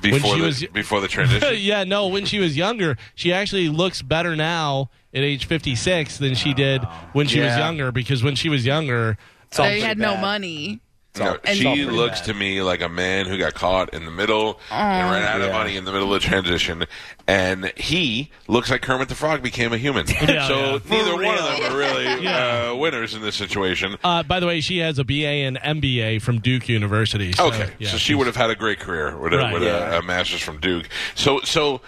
[SPEAKER 3] Before
[SPEAKER 4] she
[SPEAKER 3] the,
[SPEAKER 4] was-
[SPEAKER 3] before the transition.
[SPEAKER 4] yeah, no, when she was younger, she actually looks better now at age 56 than she did when she was
[SPEAKER 5] Yeah.
[SPEAKER 4] younger because when she was younger,
[SPEAKER 1] They had no money.
[SPEAKER 3] No,
[SPEAKER 1] and-
[SPEAKER 3] she
[SPEAKER 1] It's all
[SPEAKER 3] looks to me like a man who got caught in the middle and ran
[SPEAKER 4] Mm.
[SPEAKER 3] out of money in the middle of the transition. And he looks like Kermit the Frog became a human.
[SPEAKER 4] Yeah,
[SPEAKER 3] so
[SPEAKER 4] yeah.
[SPEAKER 3] neither one of them are really uh, winners in this situation.
[SPEAKER 4] uh, by the way, she has a BA and MBA from Duke University. so,
[SPEAKER 3] Okay,
[SPEAKER 4] Uh, yeah.
[SPEAKER 3] so she would have had a great career with, a,
[SPEAKER 4] Right.
[SPEAKER 3] with a, a master's from Duke. So, so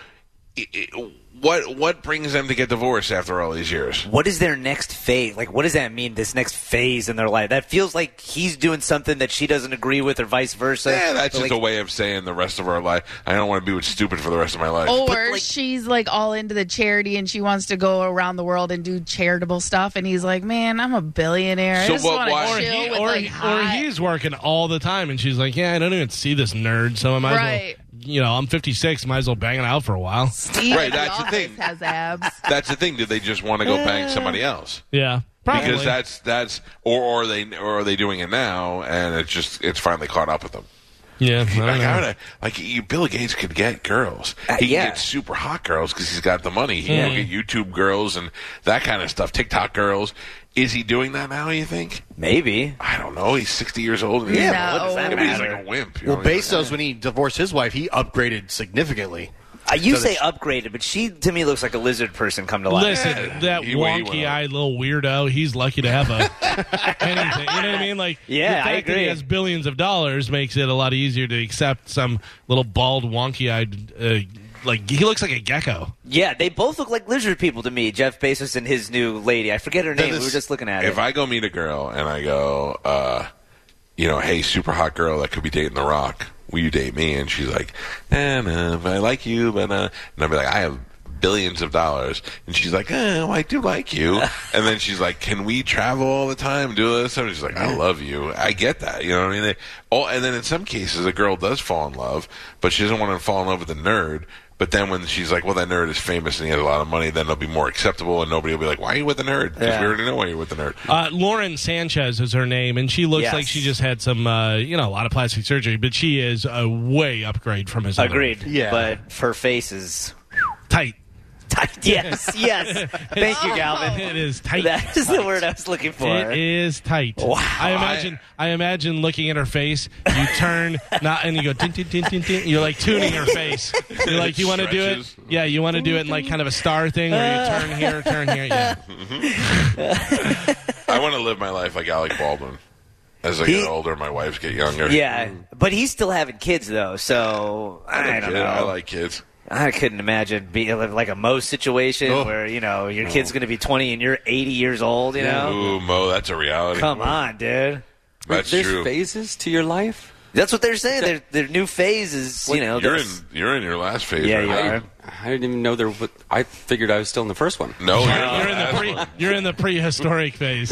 [SPEAKER 3] i- i- what what brings them to get divorced after all these years?
[SPEAKER 5] what is their next phase? Like, what does that mean? This next phase in their life? That feels like he's doing something that she doesn't agree with, or vice versa.
[SPEAKER 3] Yeah, Eh, that's
[SPEAKER 5] But,
[SPEAKER 3] just
[SPEAKER 5] like,
[SPEAKER 3] a way of saying the rest of our life. I don't want to be with stupid for the rest of my life.
[SPEAKER 1] Or
[SPEAKER 5] But, like-
[SPEAKER 1] she's like all into the charity and she wants to go around the world and do charitable stuff. And he's like, man, I'm a billionaire.
[SPEAKER 3] So
[SPEAKER 1] I just
[SPEAKER 3] what-
[SPEAKER 1] want
[SPEAKER 3] why-
[SPEAKER 1] to
[SPEAKER 4] Or,
[SPEAKER 1] chill
[SPEAKER 4] he,
[SPEAKER 1] with
[SPEAKER 4] or,
[SPEAKER 1] like
[SPEAKER 4] he- or
[SPEAKER 1] hot-
[SPEAKER 4] he's working all the time, and she's like, "Yeah, I don't even see this nerd, so I might
[SPEAKER 1] Right.
[SPEAKER 4] as well, you know, I'm 56, might as well bang it out for a while."
[SPEAKER 1] Even
[SPEAKER 3] Right, that's the
[SPEAKER 1] office
[SPEAKER 3] thing.
[SPEAKER 1] Has abs.
[SPEAKER 3] That's the thing. Did they just want to go bang somebody else?
[SPEAKER 4] Yeah, probably.
[SPEAKER 3] Because that's that's or, or are they or are they doing it now? And it's just it's finally caught up with them.
[SPEAKER 4] yeah, I don't
[SPEAKER 3] Like,
[SPEAKER 4] know.
[SPEAKER 3] how would I- like you, Bill Gates could get girls.
[SPEAKER 5] Uh,
[SPEAKER 3] he
[SPEAKER 5] yeah.
[SPEAKER 3] can get super hot girls because he's got the money. He can get YouTube girls and that kind of stuff, TikTok girls. Is he doing that now? You think?
[SPEAKER 5] maybe.
[SPEAKER 3] I don't know. He's sixty years old. And
[SPEAKER 1] Yeah,
[SPEAKER 5] What does
[SPEAKER 1] No.
[SPEAKER 5] that
[SPEAKER 3] Maybe he's like
[SPEAKER 5] matter?
[SPEAKER 3] a wimp. you
[SPEAKER 7] Well,
[SPEAKER 3] know, he's
[SPEAKER 7] Bezos, when he divorced his wife, he upgraded significantly.
[SPEAKER 5] Uh, you
[SPEAKER 7] So
[SPEAKER 5] say
[SPEAKER 7] that-
[SPEAKER 5] upgraded, but she to me looks like a lizard person come to life.
[SPEAKER 4] Listen, that
[SPEAKER 3] he- he went
[SPEAKER 4] wonky-eyed little weirdo, he's lucky to have a anything. You know what I mean? Like,
[SPEAKER 5] Yeah,
[SPEAKER 4] the fact
[SPEAKER 5] I
[SPEAKER 4] That he
[SPEAKER 5] agree.
[SPEAKER 4] has billions of dollars makes it a lot easier to accept some little bald, wonky-eyed. Uh, like he looks like a gecko.
[SPEAKER 5] Yeah, they both look like lizard people to me. Jeff Bezos and his new lady. I forget her name. we were just looking at
[SPEAKER 3] If
[SPEAKER 5] it.
[SPEAKER 3] I go meet a girl and I go, uh, you know, hey, super hot girl that could be dating The Rock, will you date me? And she's like, eh, no, I like you, but uh, and I'll be like, I have billions of dollars, and she's like, eh, well, I do like you, and then she's like, can we travel all the time, do this? And she's like, I love you, I get that, you know what I mean? They, oh, and then in some cases, a girl does fall in love, but she doesn't want to fall in love with a nerd. But then when she's like, well, that nerd is famous and he has a lot of money, then it'll be more acceptable, and nobody will be like, why are you with a nerd? Because we already know why you're with a nerd.
[SPEAKER 4] Uh, Lauren Sanchez is her name, and she looks
[SPEAKER 5] Yes.
[SPEAKER 4] like she just had some, uh, you know, a lot of plastic surgery. But she is a way upgrade from his. other-
[SPEAKER 5] Agreed.
[SPEAKER 7] Yeah.
[SPEAKER 5] But her face is
[SPEAKER 4] tight.
[SPEAKER 5] tight. Yes, yes. Thank you, Galvin.
[SPEAKER 4] It is tight.
[SPEAKER 5] That is the word I was looking for.
[SPEAKER 4] Oh. It is tight.
[SPEAKER 5] Wow.
[SPEAKER 4] I imagine. I, imagine looking at her face. You turn, not, and you go. Tin, tin, tin, tin, tin. You're like tuning her face. You're like, you want to do it?
[SPEAKER 3] Stretches.
[SPEAKER 4] Yeah, you want to do it in like kind of a star thing where you turn here, turn here. Yeah.
[SPEAKER 3] I want to live my life like Alec Baldwin. As I
[SPEAKER 5] He-
[SPEAKER 3] get older, my wives get younger.
[SPEAKER 5] Yeah, but he's still having kids though, so I,
[SPEAKER 3] I,
[SPEAKER 5] don't
[SPEAKER 3] kid,
[SPEAKER 5] know.
[SPEAKER 3] I like kids.
[SPEAKER 5] I couldn't imagine being like a Mo situation
[SPEAKER 3] Oh.
[SPEAKER 5] where you know your kid's going to be 20 and you're 80 years old. You know,
[SPEAKER 3] Ooh, Mo, that's a reality.
[SPEAKER 5] come on, dude.
[SPEAKER 3] That's
[SPEAKER 6] There's
[SPEAKER 3] true.
[SPEAKER 6] phases to your life.
[SPEAKER 5] That's what they're saying. Their their new phase is you know.
[SPEAKER 3] you're in
[SPEAKER 5] this-
[SPEAKER 3] you're in your last phase.
[SPEAKER 5] Yeah,
[SPEAKER 3] right?
[SPEAKER 5] you are.
[SPEAKER 6] I didn't even know there. Was, I figured I was still in the first one.
[SPEAKER 3] No, you're,
[SPEAKER 4] You're in the
[SPEAKER 3] last
[SPEAKER 4] pre.
[SPEAKER 3] one.
[SPEAKER 4] You're in the prehistoric phase.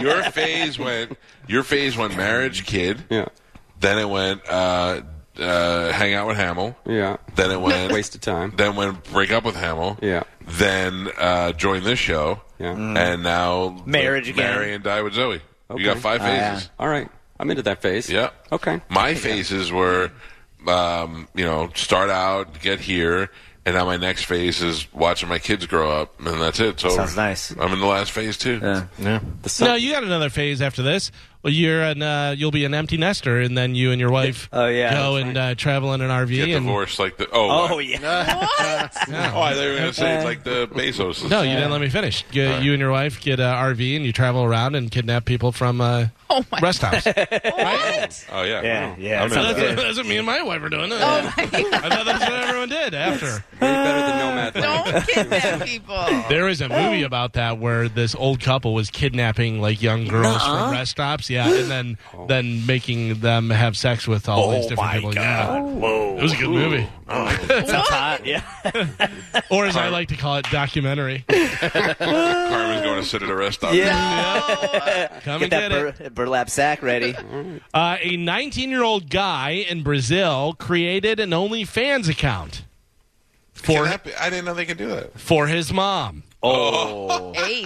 [SPEAKER 3] Your phase went. Your phase went marriage, kid.
[SPEAKER 6] Yeah.
[SPEAKER 3] Then it went uh, uh, hang out with Hamill.
[SPEAKER 6] Yeah.
[SPEAKER 3] Then it went
[SPEAKER 6] Waste of time.
[SPEAKER 3] Then went break up with Hamill.
[SPEAKER 6] Yeah.
[SPEAKER 3] Then uh, join this show.
[SPEAKER 6] Yeah. Mm.
[SPEAKER 3] And now
[SPEAKER 5] Marriage
[SPEAKER 3] uh,
[SPEAKER 5] again.
[SPEAKER 3] Marry and die with Zoe.
[SPEAKER 6] Okay.
[SPEAKER 3] You got five
[SPEAKER 5] Ah, yeah.
[SPEAKER 3] phases.
[SPEAKER 6] All right. I'm into that phase.
[SPEAKER 3] Yeah.
[SPEAKER 6] Okay.
[SPEAKER 3] My phases were, um, you know, start out, get here, and now my next phase is watching my kids grow up, and that's it. So
[SPEAKER 5] Sounds nice.
[SPEAKER 3] I'm in the last phase too.
[SPEAKER 5] Yeah.
[SPEAKER 6] The sun-
[SPEAKER 4] no, you got another phase after this. well, you're an uh, you'll be an empty nester, and then you and your wife
[SPEAKER 5] Oh, yeah,
[SPEAKER 4] go
[SPEAKER 5] that's
[SPEAKER 4] and uh, travel in an RV.
[SPEAKER 3] Get
[SPEAKER 4] and,
[SPEAKER 3] divorced like the oh
[SPEAKER 5] Oh
[SPEAKER 3] uh,
[SPEAKER 5] yeah.
[SPEAKER 3] oh I thought you were gonna say it's like the Bezos.
[SPEAKER 4] No, you didn't let me finish. You, you and your wife get a RV and you travel around and kidnap people from uh,
[SPEAKER 1] Oh my
[SPEAKER 4] rest house.
[SPEAKER 1] What?
[SPEAKER 3] Oh yeah,
[SPEAKER 5] Yeah,
[SPEAKER 3] Wow.
[SPEAKER 5] yeah,
[SPEAKER 3] I'm
[SPEAKER 5] that
[SPEAKER 3] into
[SPEAKER 5] sounds
[SPEAKER 3] that.
[SPEAKER 5] good.
[SPEAKER 4] That's what me and my wife were doing.
[SPEAKER 1] Oh my god!
[SPEAKER 4] I thought that's what everyone did after.
[SPEAKER 6] Way better than Nomad
[SPEAKER 1] Don't kidnap people.
[SPEAKER 4] There is a
[SPEAKER 1] Oh.
[SPEAKER 4] movie about that where this old couple was kidnapping like young girls from rest stops, yeah, and then then making them have sex with all these different people. Yeah.
[SPEAKER 3] Whoa,
[SPEAKER 4] It was a good movie.
[SPEAKER 5] Sounds hot. Yeah.
[SPEAKER 4] Or as I like to call it, documentary.
[SPEAKER 3] Carmen's going to sit at a rest stop.
[SPEAKER 4] Come and
[SPEAKER 5] Get that
[SPEAKER 4] get it.
[SPEAKER 5] bur- burlap sack ready.
[SPEAKER 4] Uh, a 19 year old guy in Brazil created an OnlyFans account
[SPEAKER 3] Can
[SPEAKER 4] for,
[SPEAKER 3] that be- I didn't know they could do that.
[SPEAKER 4] for his mom,
[SPEAKER 1] Hey.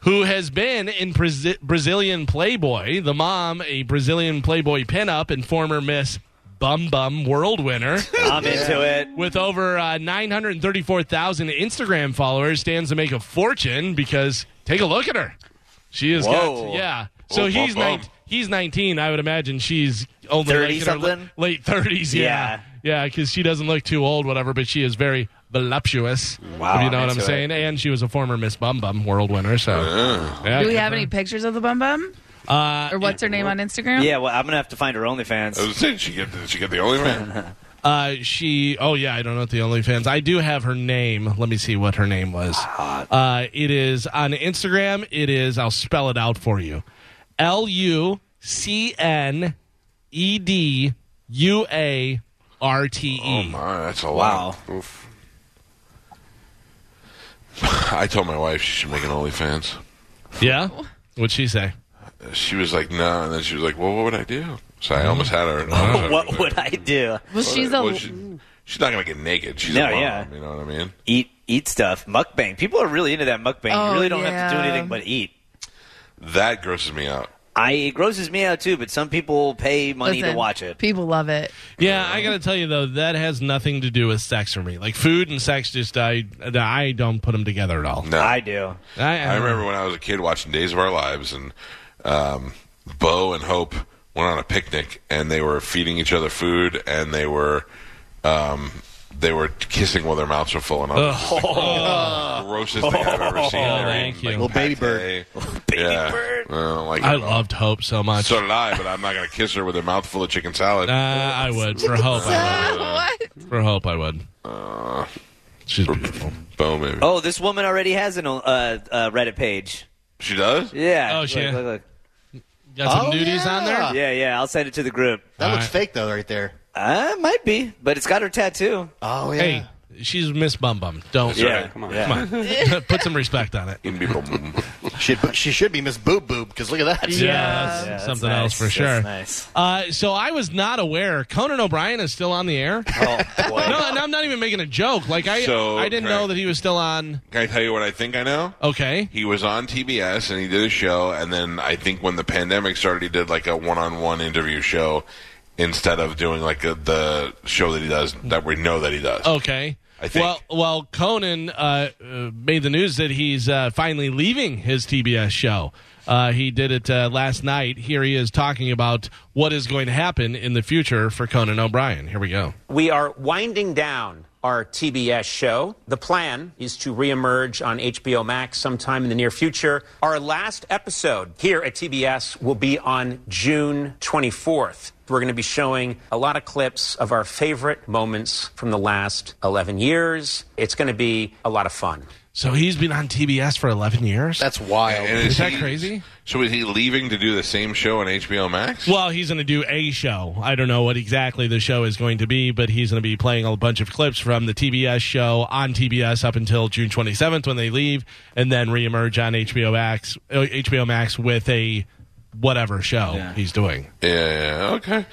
[SPEAKER 4] who has been in Braz- Brazilian Playboy. The mom, a Brazilian Playboy pinup and former Miss Bum Bum World winner.
[SPEAKER 5] I'm into it.
[SPEAKER 4] with over uh, 934,000 Instagram followers, stands to make a fortune because take a look at her. She is
[SPEAKER 5] Whoa. Oh,
[SPEAKER 4] got yeah. So
[SPEAKER 3] Whoa,
[SPEAKER 4] he's
[SPEAKER 3] whoa, whoa.
[SPEAKER 4] nine, he's 19. I would imagine she's only
[SPEAKER 5] 30
[SPEAKER 4] like in her la-
[SPEAKER 5] something?
[SPEAKER 4] late 30s. Yeah,
[SPEAKER 5] Yeah.
[SPEAKER 4] yeah, because she doesn't look too old, whatever. But she is very voluptuous.
[SPEAKER 5] Wow,
[SPEAKER 4] if you know what
[SPEAKER 5] I'm
[SPEAKER 4] I'm
[SPEAKER 5] into it.
[SPEAKER 4] saying. And she was a former Miss Bum Bum World winner. So
[SPEAKER 5] Uh-huh.
[SPEAKER 4] yeah,
[SPEAKER 1] Do we
[SPEAKER 4] good
[SPEAKER 1] have
[SPEAKER 4] for
[SPEAKER 1] any pictures of the bum bum?
[SPEAKER 4] her. Uh,
[SPEAKER 1] Or what's her name on Instagram?
[SPEAKER 5] Yeah. Well, I'm gonna have to find her OnlyFans.
[SPEAKER 3] I was saying, she get did she get the only man.
[SPEAKER 4] Uh, she. Oh yeah, I don't know what the OnlyFans. I do have her name. Let me see what her name was. Uh, it is on Instagram. It is. I'll spell it out for you. L U C N E D U A R T E.
[SPEAKER 3] Oh, My, that's a
[SPEAKER 5] Wow.
[SPEAKER 3] lot. Oof. I told my wife she should make an OnlyFans.
[SPEAKER 4] Yeah. What'd she say?
[SPEAKER 3] She was like, no, and then she was like, well, what would I do? So I almost had her.
[SPEAKER 5] What would I do?
[SPEAKER 1] Well, she's a.
[SPEAKER 3] Well, she- she's not gonna get naked. She's
[SPEAKER 5] No,
[SPEAKER 3] a mom.
[SPEAKER 5] yeah.
[SPEAKER 3] You know what I mean?
[SPEAKER 5] Eat eat stuff. Mukbang. People are really into that mukbang.
[SPEAKER 1] Oh,
[SPEAKER 5] you really don't have to do
[SPEAKER 1] yeah.
[SPEAKER 5] anything but eat.
[SPEAKER 3] That grosses me out.
[SPEAKER 5] I it grosses me out too, but some people pay money
[SPEAKER 1] listen,
[SPEAKER 5] to watch it.
[SPEAKER 1] People love it.
[SPEAKER 4] Yeah, I gotta tell you though, that has nothing to do with sex for me. Like food and sex, just I, I don't put them together at all.
[SPEAKER 3] No,
[SPEAKER 5] I do.
[SPEAKER 4] I,
[SPEAKER 3] I remember when I was a kid watching Days of Our Lives, and um, Bo and Hope went on a picnic, and they were feeding each other food, and they were um, they were kissing while their mouths were full, and I was just like, "Oh, the grossest thing I've ever seen.
[SPEAKER 4] Oh,
[SPEAKER 3] They're
[SPEAKER 4] thank
[SPEAKER 3] eating,
[SPEAKER 4] you.
[SPEAKER 3] like,
[SPEAKER 7] Little baby
[SPEAKER 3] pate. yeah. bird. like oh,
[SPEAKER 4] I
[SPEAKER 3] it.
[SPEAKER 4] loved Hope so much.
[SPEAKER 3] So did I, but I'm not gonna kiss her with her mouth full of chicken salad.
[SPEAKER 4] Uh, I would for Hope. I would.
[SPEAKER 1] what?
[SPEAKER 4] For hope, I would.
[SPEAKER 5] Uh,
[SPEAKER 4] She's beautiful.
[SPEAKER 3] Bo, maybe
[SPEAKER 5] Oh, this woman already has an uh, uh, Reddit page.
[SPEAKER 3] she does.
[SPEAKER 5] Yeah.
[SPEAKER 4] Oh, she-
[SPEAKER 5] Look, look, look.
[SPEAKER 4] Got some
[SPEAKER 7] Oh,
[SPEAKER 4] nudies on
[SPEAKER 7] yeah.
[SPEAKER 4] there.
[SPEAKER 5] Yeah, yeah. I'll send it to the group.
[SPEAKER 7] That looks
[SPEAKER 4] right.
[SPEAKER 7] fake though, right there.
[SPEAKER 5] Uh, might be, but it's got her tattoo.
[SPEAKER 7] Oh yeah.
[SPEAKER 4] Hey, she's Miss Bum Bum. Don't
[SPEAKER 5] yeah.
[SPEAKER 6] Come on.
[SPEAKER 5] Yeah.
[SPEAKER 4] put some respect on it.
[SPEAKER 3] You can be boom.
[SPEAKER 7] She, she should be Miss Boob Boob because look at that.
[SPEAKER 4] Yeah, that's
[SPEAKER 5] Yeah, that's
[SPEAKER 4] something
[SPEAKER 5] nice.
[SPEAKER 4] else for
[SPEAKER 5] That's
[SPEAKER 4] sure.
[SPEAKER 5] nice.
[SPEAKER 4] Uh, so I was not aware Conan O'Brien is still on the air.
[SPEAKER 5] Oh, boy.
[SPEAKER 4] No, and I'm not even making a joke. Like I,
[SPEAKER 3] So,
[SPEAKER 4] I didn't
[SPEAKER 3] correct.
[SPEAKER 4] know that he was still on.
[SPEAKER 3] Can I tell you what I think I know?
[SPEAKER 4] Okay.
[SPEAKER 3] he was on TBS and he did a show, and then I think when the pandemic started, he did like a one-on-one interview show instead of doing like a, the show that he does that we know that he does.
[SPEAKER 4] Okay.
[SPEAKER 3] I think.
[SPEAKER 4] Well, well, Conan uh, uh, made the news that he's uh, finally leaving his TBS show. Uh, he did it uh, last night. Here he is talking about what is going to happen in the future for Conan O'Brien. Here we go.
[SPEAKER 9] We are winding down our TBS show. The plan is to reemerge on HBO Max sometime in the near future. Our last episode here at TBS will be on June 24th. We're going to be showing a lot of clips of our favorite moments from the last 11 years. It's going to be a lot of fun.
[SPEAKER 4] So he's been on TBS for 11 years.
[SPEAKER 7] That's wild.
[SPEAKER 3] And
[SPEAKER 4] Is that
[SPEAKER 3] he-
[SPEAKER 4] crazy?
[SPEAKER 3] So is he leaving to do the same show on HBO Max?
[SPEAKER 4] well, he's going to do a show. I don't know what exactly the show is going to be, but he's going to be playing a bunch of clips from the TBS show on TBS up until June 27th when they leave, and then reemerge on HBO Max, uh, HBO Max with a whatever show he's doing.
[SPEAKER 3] Yeah, yeah, okay. Um,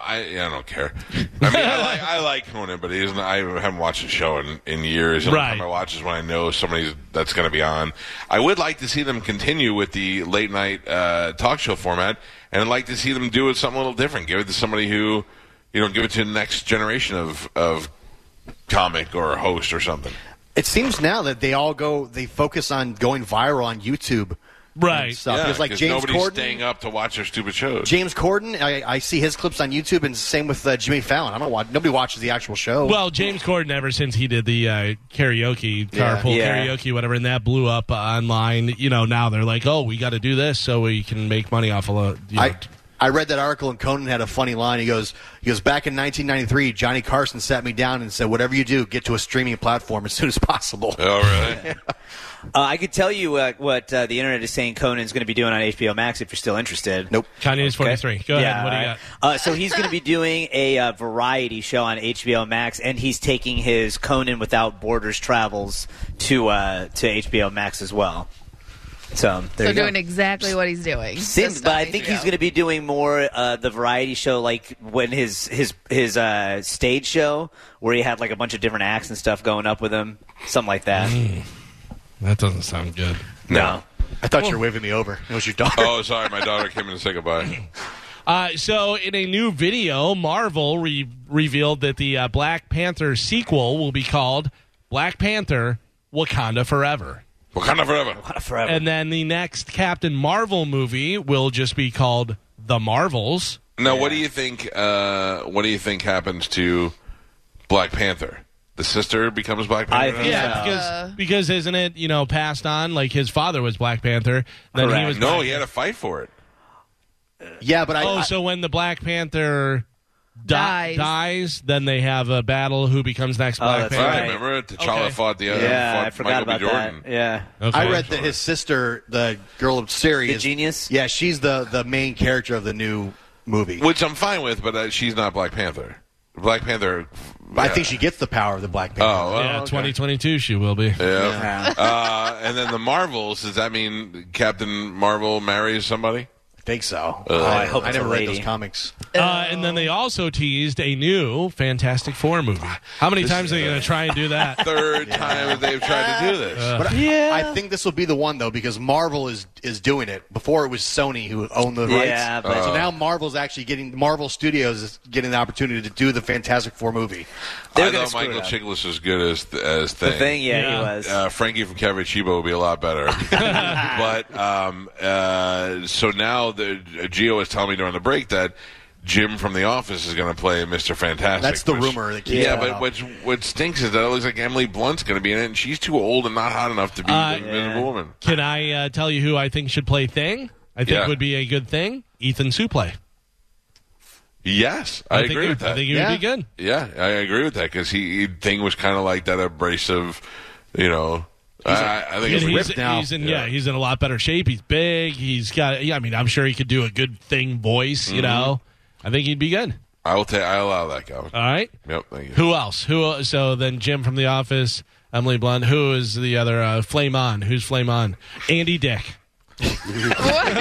[SPEAKER 3] I, yeah, I don't care. I mean, I like, I like Conan, but he isn't, I haven't watched the show in, in years. The only
[SPEAKER 4] Right.
[SPEAKER 3] time I watch is when I know somebody that's going to be on. I would like to see them continue with the late night uh, talk show format, and I'd like to see them do it something a little different. Give it to somebody who, you know, give it to the next generation of of comic or host or something.
[SPEAKER 7] It seems now that they all go, they focus on going viral on YouTube Right.
[SPEAKER 3] Yeah,
[SPEAKER 7] stuff. Because, like, James
[SPEAKER 3] nobody's
[SPEAKER 7] Corden-
[SPEAKER 3] staying up to watch their stupid shows.
[SPEAKER 7] James Corden, I, I see his clips on YouTube, and same with uh, Jimmy Fallon. I don't watch. Nobody watches the actual show.
[SPEAKER 4] Well, James Corden, ever since he did the uh, karaoke,
[SPEAKER 7] Yeah.
[SPEAKER 4] carpool
[SPEAKER 7] Yeah.
[SPEAKER 4] karaoke, whatever, and that blew up uh, online, you know, now they're like, oh, we got to do this so we can make money off of you know,
[SPEAKER 7] I I read that article and Conan had a funny line. He goes, he goes back in 1993. Johnny Carson sat me down and said, "Whatever you do, get to a streaming platform as soon as possible."
[SPEAKER 3] Oh, really?
[SPEAKER 5] Uh, I could tell you uh, what uh, the internet is saying Conan's going to be doing on HBO Max if you're still interested. Nope.
[SPEAKER 4] Chinese 43. Go ahead. What do you got?
[SPEAKER 5] Uh, so he's going to be doing a uh, variety show on HBO Max, and he's taking his Conan Without Borders travels to uh, to HBO Max as well. So um, there
[SPEAKER 1] so
[SPEAKER 5] you go.
[SPEAKER 1] doing exactly what he's doing.
[SPEAKER 5] Sims,
[SPEAKER 1] Just
[SPEAKER 5] but
[SPEAKER 1] on
[SPEAKER 5] I think
[SPEAKER 1] HBO.
[SPEAKER 5] he's going to be doing more uh, the variety show, like when his his his uh, stage show where he had like a bunch of different acts and stuff going up with him, something like that.
[SPEAKER 4] Mm. That doesn't sound good.
[SPEAKER 5] No,
[SPEAKER 7] I thought you were waving me over. It was your daughter.
[SPEAKER 3] Oh, sorry, my daughter came in to say goodbye.
[SPEAKER 4] Uh, so, in a new video, Marvel re- revealed that the uh, Black Panther sequel will be called Black Panther Wakanda Forever.
[SPEAKER 3] Wakanda forever.
[SPEAKER 5] forever.
[SPEAKER 4] And then the next Captain Marvel movie will just be called The Marvels.
[SPEAKER 3] Now, what do you think? Uh, what do you think happens to Black Panther? The sister becomes Black
[SPEAKER 5] I
[SPEAKER 3] Panther.
[SPEAKER 5] think
[SPEAKER 4] Yeah, because because isn't it you know passed on like his father was Black Panther, then he
[SPEAKER 5] Correct.
[SPEAKER 4] was
[SPEAKER 3] no, he had to fight for it.
[SPEAKER 7] Yeah, but I,
[SPEAKER 4] oh,
[SPEAKER 7] I-
[SPEAKER 4] so when the Black Panther di-
[SPEAKER 1] Dies.
[SPEAKER 4] dies. then they have a battle who becomes next Black
[SPEAKER 5] that's
[SPEAKER 3] Right,
[SPEAKER 4] Panther.
[SPEAKER 5] Right.
[SPEAKER 3] remember T'Challa
[SPEAKER 4] Okay.
[SPEAKER 3] fought the other.
[SPEAKER 5] yeah,
[SPEAKER 3] fought
[SPEAKER 5] I forgot
[SPEAKER 3] Michael
[SPEAKER 5] about
[SPEAKER 3] B. Jordan.
[SPEAKER 5] that. Yeah,
[SPEAKER 4] Okay.
[SPEAKER 7] I read that his sister, the girl of Siri,
[SPEAKER 5] The
[SPEAKER 7] is-
[SPEAKER 5] genius?
[SPEAKER 7] Yeah, she's the the main character of the new movie.
[SPEAKER 3] which I'm fine with, but uh, she's not Black Panther. Black Panther.
[SPEAKER 7] I
[SPEAKER 3] yeah.
[SPEAKER 7] think she gets the power of the Black Panther.
[SPEAKER 3] Oh, well,
[SPEAKER 4] yeah,
[SPEAKER 3] okay.
[SPEAKER 4] 2022 she will be.
[SPEAKER 3] Yeah. Uh, and then the Marvels. Does that mean Captain Marvel marries somebody?
[SPEAKER 7] I think so. Oh,
[SPEAKER 5] I hope
[SPEAKER 7] I
[SPEAKER 5] it's a
[SPEAKER 7] never read
[SPEAKER 5] lady.
[SPEAKER 7] those comics.
[SPEAKER 4] Uh, and then they also teased a new Fantastic Four movie. How many times are they
[SPEAKER 3] uh,
[SPEAKER 4] going to try and do that?
[SPEAKER 3] Third time they've tried to do this.
[SPEAKER 7] But I- I think this will be the one though because Marvel is is doing it. Before it was Sony who owned the rights.
[SPEAKER 5] Yeah, but-
[SPEAKER 3] Oh.
[SPEAKER 7] so now Marvel's actually getting Marvel Studios is getting the opportunity to do the Fantastic Four movie.
[SPEAKER 5] they're
[SPEAKER 3] I
[SPEAKER 5] gonna
[SPEAKER 3] thought
[SPEAKER 5] screw it
[SPEAKER 3] Michael
[SPEAKER 5] up.
[SPEAKER 3] Chiklis was good as th- as thing.
[SPEAKER 5] the thing. Yeah,
[SPEAKER 4] Yeah.
[SPEAKER 5] he was.
[SPEAKER 3] Uh, Frankie from Cavacheba would be a lot better. but um, uh, so now the Geo was telling me during the break that Jim from The Office is going to play Mr. Fantastic.
[SPEAKER 7] That's the rumor that keeps
[SPEAKER 3] yeah,
[SPEAKER 7] going
[SPEAKER 3] but
[SPEAKER 7] on.
[SPEAKER 3] what what stinks is that it looks like Emily Blunt's going to be in it, and she's too old and not hot enough to be
[SPEAKER 4] Uh,
[SPEAKER 3] the Invisible Woman.
[SPEAKER 4] Can I uh, tell you who I think should play Thing? I think
[SPEAKER 3] Yeah.
[SPEAKER 4] would be a good thing. Ethan Suplee.
[SPEAKER 3] Yes, I,
[SPEAKER 4] think
[SPEAKER 3] agree
[SPEAKER 4] he-
[SPEAKER 3] with that.
[SPEAKER 4] I think he would be
[SPEAKER 7] Yeah.
[SPEAKER 4] good.
[SPEAKER 3] Yeah, I agree with that because he, he- thing was kind of like that abrasive, you know. I, I think
[SPEAKER 4] And
[SPEAKER 3] it's
[SPEAKER 4] he's,
[SPEAKER 7] ripped now.
[SPEAKER 4] he's in yeah.
[SPEAKER 3] Yeah.
[SPEAKER 4] he's in a lot better shape. He's big. He's got. Yeah, I mean, I'm sure he could do a good thing voice.
[SPEAKER 3] Mm-hmm.
[SPEAKER 4] You know, I think he'd be good.
[SPEAKER 3] I will take. I allow that, Calvin.
[SPEAKER 4] All right.
[SPEAKER 3] yep. Thank you.
[SPEAKER 4] Who else? Who? So then Jim from the office, Emily Blunt. Who is the other? Uh, Flame on. Who's Flame on? Andy Dick. that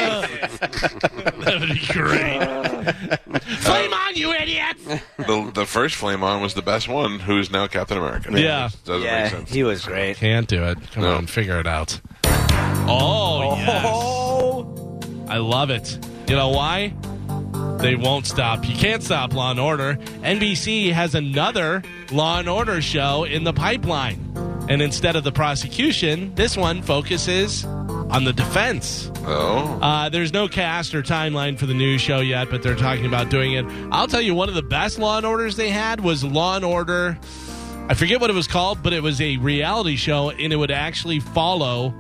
[SPEAKER 4] would be great. Flame on, you idiot!
[SPEAKER 3] the, the first flame on was the best one, who is now Captain America.
[SPEAKER 4] Yeah.
[SPEAKER 3] Which doesn't make
[SPEAKER 5] yeah,
[SPEAKER 3] sense.
[SPEAKER 5] he was great.
[SPEAKER 4] Can't do it. Come
[SPEAKER 3] No.
[SPEAKER 4] on, figure it out. Oh yes.
[SPEAKER 5] Oh,
[SPEAKER 4] I love it. You know why? They won't stop. You can't stop Law and Order. NBC has another Law and Order show in the pipeline. And instead of the prosecution, this one focuses on the defense.
[SPEAKER 3] Oh.
[SPEAKER 4] Uh, there's no cast or timeline for the new show yet, but they're talking about doing it. I'll tell you, one of the best Law and Orders they had was Law and Order. I forget what it was called, but it was a reality show, and it would actually follow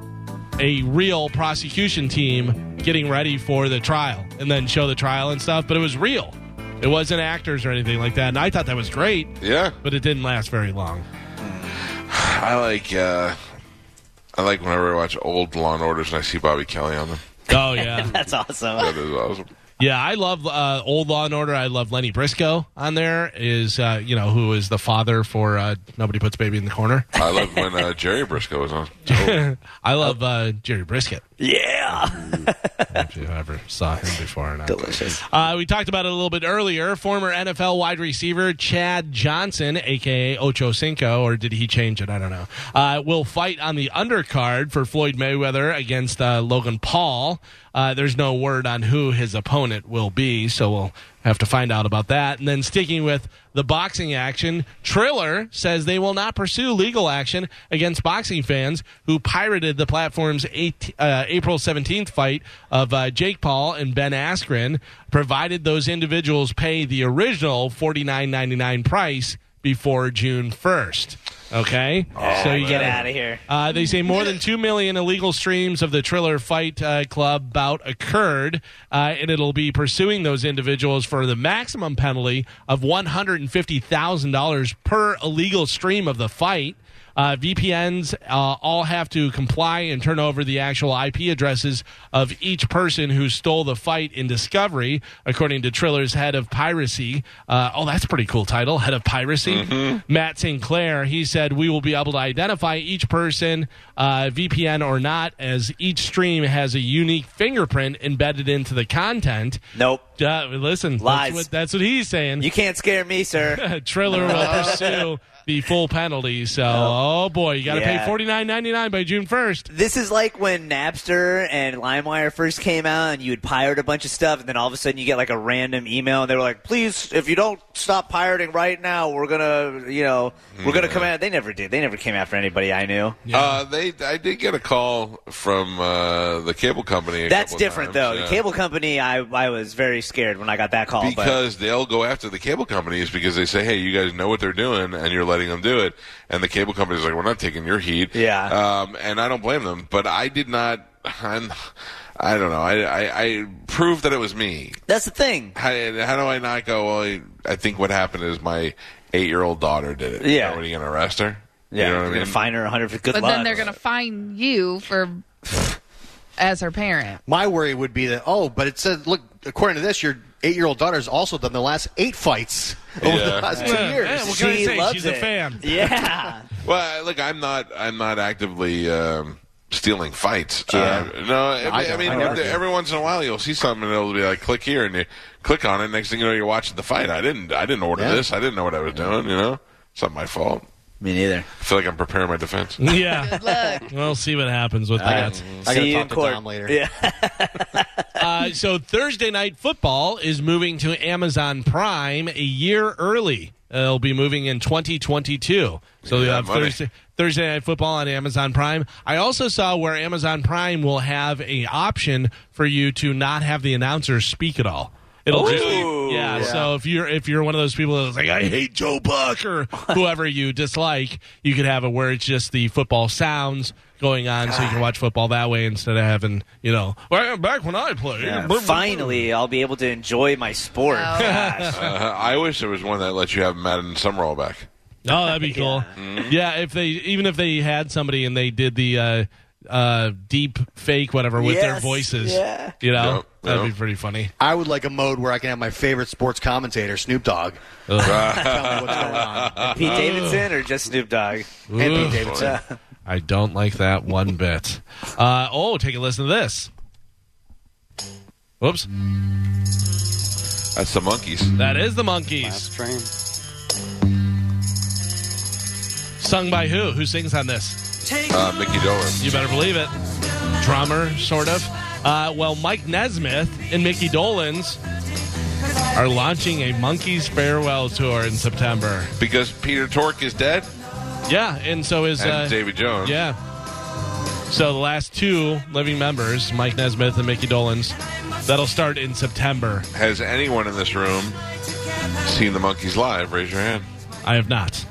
[SPEAKER 4] a real prosecution team getting ready for the trial and then show the trial and stuff. But it was real; it wasn't actors or anything like that. And I thought that was great,
[SPEAKER 3] Yeah.
[SPEAKER 4] but it didn't last very long.
[SPEAKER 3] I like uh, I like whenever I watch old Law and Orders and I see Bobby Kelly on them.
[SPEAKER 4] Oh yeah,
[SPEAKER 5] that's awesome.
[SPEAKER 3] That is awesome.
[SPEAKER 4] Yeah, I love uh, old Law and Order. I love Lenny Briscoe on there. Is uh, you know who is the father for uh, Nobody Puts Baby in the Corner.
[SPEAKER 3] I love when uh, Jerry Briscoe was on. Oh,
[SPEAKER 4] I love uh, Jerry Brisket.
[SPEAKER 5] Yeah,
[SPEAKER 4] If you ever saw him before or not.
[SPEAKER 5] delicious.
[SPEAKER 4] Uh, we talked about it a little bit earlier. Former NFL wide receiver Chad Johnson, aka Ocho Cinco, or did he change it? I don't know. Uh, will fight on the undercard for Floyd Mayweather against uh, Logan Paul. Uh, there's no word on who his opponent will be, so we'll have to find out about that. And then sticking with the boxing action, Triller says they will not pursue legal action against boxing fans who pirated the platform's eight, uh, April 17th fight of uh, Jake Paul and Ben Askren, provided those individuals pay the original $49.99 price before June 1st. Okay, so you
[SPEAKER 10] Get
[SPEAKER 4] gotta-
[SPEAKER 10] outta here.
[SPEAKER 4] Uh, they say more than two million illegal streams of the Triller Fight uh, Club bout occurred, uh, and it'll be pursuing those individuals for the maximum penalty of one hundred and fifty thousand dollars per illegal stream of the fight. Uh, VPNs uh, all have to comply and turn over the actual IP addresses of each person who stole the fight in Discovery, according to Triller's head of piracy. Uh, oh, that's a pretty cool title, head of piracy.
[SPEAKER 5] Mm-hmm.
[SPEAKER 4] Matt Sinclair. He said we will be able to identify each person, uh, VPN or not, as each stream has a unique fingerprint embedded into the content.
[SPEAKER 5] Nope.
[SPEAKER 4] Uh, listen,
[SPEAKER 5] Lies.
[SPEAKER 4] That's what, that's what he's saying.
[SPEAKER 5] You can't scare me, sir.
[SPEAKER 4] Triller will pursue the full penalty. So, oh boy, you got to
[SPEAKER 5] Yeah.
[SPEAKER 4] pay forty nine ninety nine by June first.
[SPEAKER 5] This is like when Napster and LimeWire first came out, and you would pirate a bunch of stuff, and then all of a sudden you get like a random email, and they were like, "Please, if you don't stop pirating right now, we're gonna, you know, we're gonna come out." They never did. They never came after anybody I knew.
[SPEAKER 3] Uh, they, I did get a call from uh, the cable company. a
[SPEAKER 5] That's
[SPEAKER 3] couple times,
[SPEAKER 5] different, though.
[SPEAKER 3] yeah.
[SPEAKER 5] The cable company, I, I was very scared when I got that call. but
[SPEAKER 3] because they'll go after the cable companies because they say, "Hey, you guys know what they're doing, and you're letting them do it." And the cable companies are like, "We're not taking your heat."
[SPEAKER 5] Yeah.
[SPEAKER 3] Um, and I don't blame them, but I did not. I'm, I don't know. I, I, I proved that it was me.
[SPEAKER 5] that's the thing.
[SPEAKER 3] How, how do I not go? Well, I, I think what happened is my eight-year-old daughter did it.
[SPEAKER 5] Yeah.
[SPEAKER 3] You know, what, are you going to arrest her? You know
[SPEAKER 5] Yeah, you're
[SPEAKER 3] what I
[SPEAKER 5] gonna
[SPEAKER 3] mean?
[SPEAKER 5] fine her 100. Good
[SPEAKER 1] but
[SPEAKER 5] luck.
[SPEAKER 1] then they're going to fine you for as her parent.
[SPEAKER 7] My worry would be that oh, but it said look, according to this, your eight-year-old daughter's also done the last eight fights over
[SPEAKER 3] Yeah.
[SPEAKER 7] the last two
[SPEAKER 4] Yeah,
[SPEAKER 7] years.
[SPEAKER 4] yeah, what can I
[SPEAKER 5] She
[SPEAKER 4] say?
[SPEAKER 5] loves
[SPEAKER 4] She's a
[SPEAKER 5] it.
[SPEAKER 4] fan.
[SPEAKER 5] Yeah.
[SPEAKER 3] Well, I- look, I'm not. I'm not actively um, stealing fights.
[SPEAKER 5] Yeah.
[SPEAKER 3] Uh, no, I, I
[SPEAKER 7] don't-
[SPEAKER 3] mean,
[SPEAKER 7] I never
[SPEAKER 3] every,
[SPEAKER 7] do.
[SPEAKER 3] every once in a while you'll see something and it'll be like, click here, and you click on it. Next thing you know, you're watching the fight. I didn't. I didn't order
[SPEAKER 7] Yeah.
[SPEAKER 3] this. I didn't know what I was doing. You know, it's not my fault.
[SPEAKER 5] Me neither.
[SPEAKER 3] I feel like I'm preparing my defense.
[SPEAKER 4] Yeah, we'll see what happens with
[SPEAKER 7] I
[SPEAKER 4] that.
[SPEAKER 5] See
[SPEAKER 7] gotta
[SPEAKER 5] you
[SPEAKER 7] talk
[SPEAKER 5] in
[SPEAKER 7] to
[SPEAKER 5] court.
[SPEAKER 7] Tom later.
[SPEAKER 5] Yeah.
[SPEAKER 4] Uh, so Thursday night football is moving to Amazon Prime a year early. Uh, It'll be moving in 2022. So you
[SPEAKER 3] Yeah,
[SPEAKER 4] have
[SPEAKER 3] money.
[SPEAKER 4] Thursday, Thursday night football on Amazon Prime. I also saw where Amazon Prime will have a option for you to not have the announcer speak at all. It'll just
[SPEAKER 5] Ooh.
[SPEAKER 4] yeah, So if you're if you're one of those people that's like I hate Joe Buck or whoever you dislike, you could have it where it's just the football sounds going on, so you can watch football that way instead of having you know "Well, back when I played.
[SPEAKER 5] Yeah.
[SPEAKER 4] blah, blah, blah."
[SPEAKER 5] Finally, I'll be able to enjoy my sport. Gosh.
[SPEAKER 3] Uh, I wish there was one that let you have Madden Summerall back.
[SPEAKER 4] Oh, that'd be cool. yeah.
[SPEAKER 5] Mm-hmm.
[SPEAKER 4] if they even if they had somebody and they did the uh, uh, deep fake whatever with their
[SPEAKER 5] Yes,
[SPEAKER 4] voices,
[SPEAKER 5] yeah.
[SPEAKER 4] you know,
[SPEAKER 3] Yep,
[SPEAKER 4] that'd
[SPEAKER 3] yep.
[SPEAKER 4] be pretty funny.
[SPEAKER 7] I would like a mode where I can have my favorite sports commentator, Snoop Dogg, tell me what's going on.
[SPEAKER 5] Pete Davidson or just Snoop Dogg?
[SPEAKER 7] And Pete Davidson.
[SPEAKER 4] I don't like that one bit. Uh, oh, take a listen to this. Whoops,
[SPEAKER 3] That's the monkeys.
[SPEAKER 4] that is the monkeys
[SPEAKER 6] Last train.
[SPEAKER 4] sung by who? Who sings on this?
[SPEAKER 3] Uh, Mickey Dolan.
[SPEAKER 4] You better believe it. Drummer, sort of. Uh, well, Mike Nesmith and Mickey Dolans are launching a Monkeys Farewell Tour in September.
[SPEAKER 3] Because Peter Tork is dead
[SPEAKER 4] Yeah, and so is.
[SPEAKER 3] and
[SPEAKER 4] Uh,
[SPEAKER 3] Davy Jones.
[SPEAKER 4] yeah. So the last two living members, Mike Nesmith and Mickey Dolans, that'll start in September.
[SPEAKER 3] Has anyone in this room seen the monkeys live? Raise your hand.
[SPEAKER 4] I have not.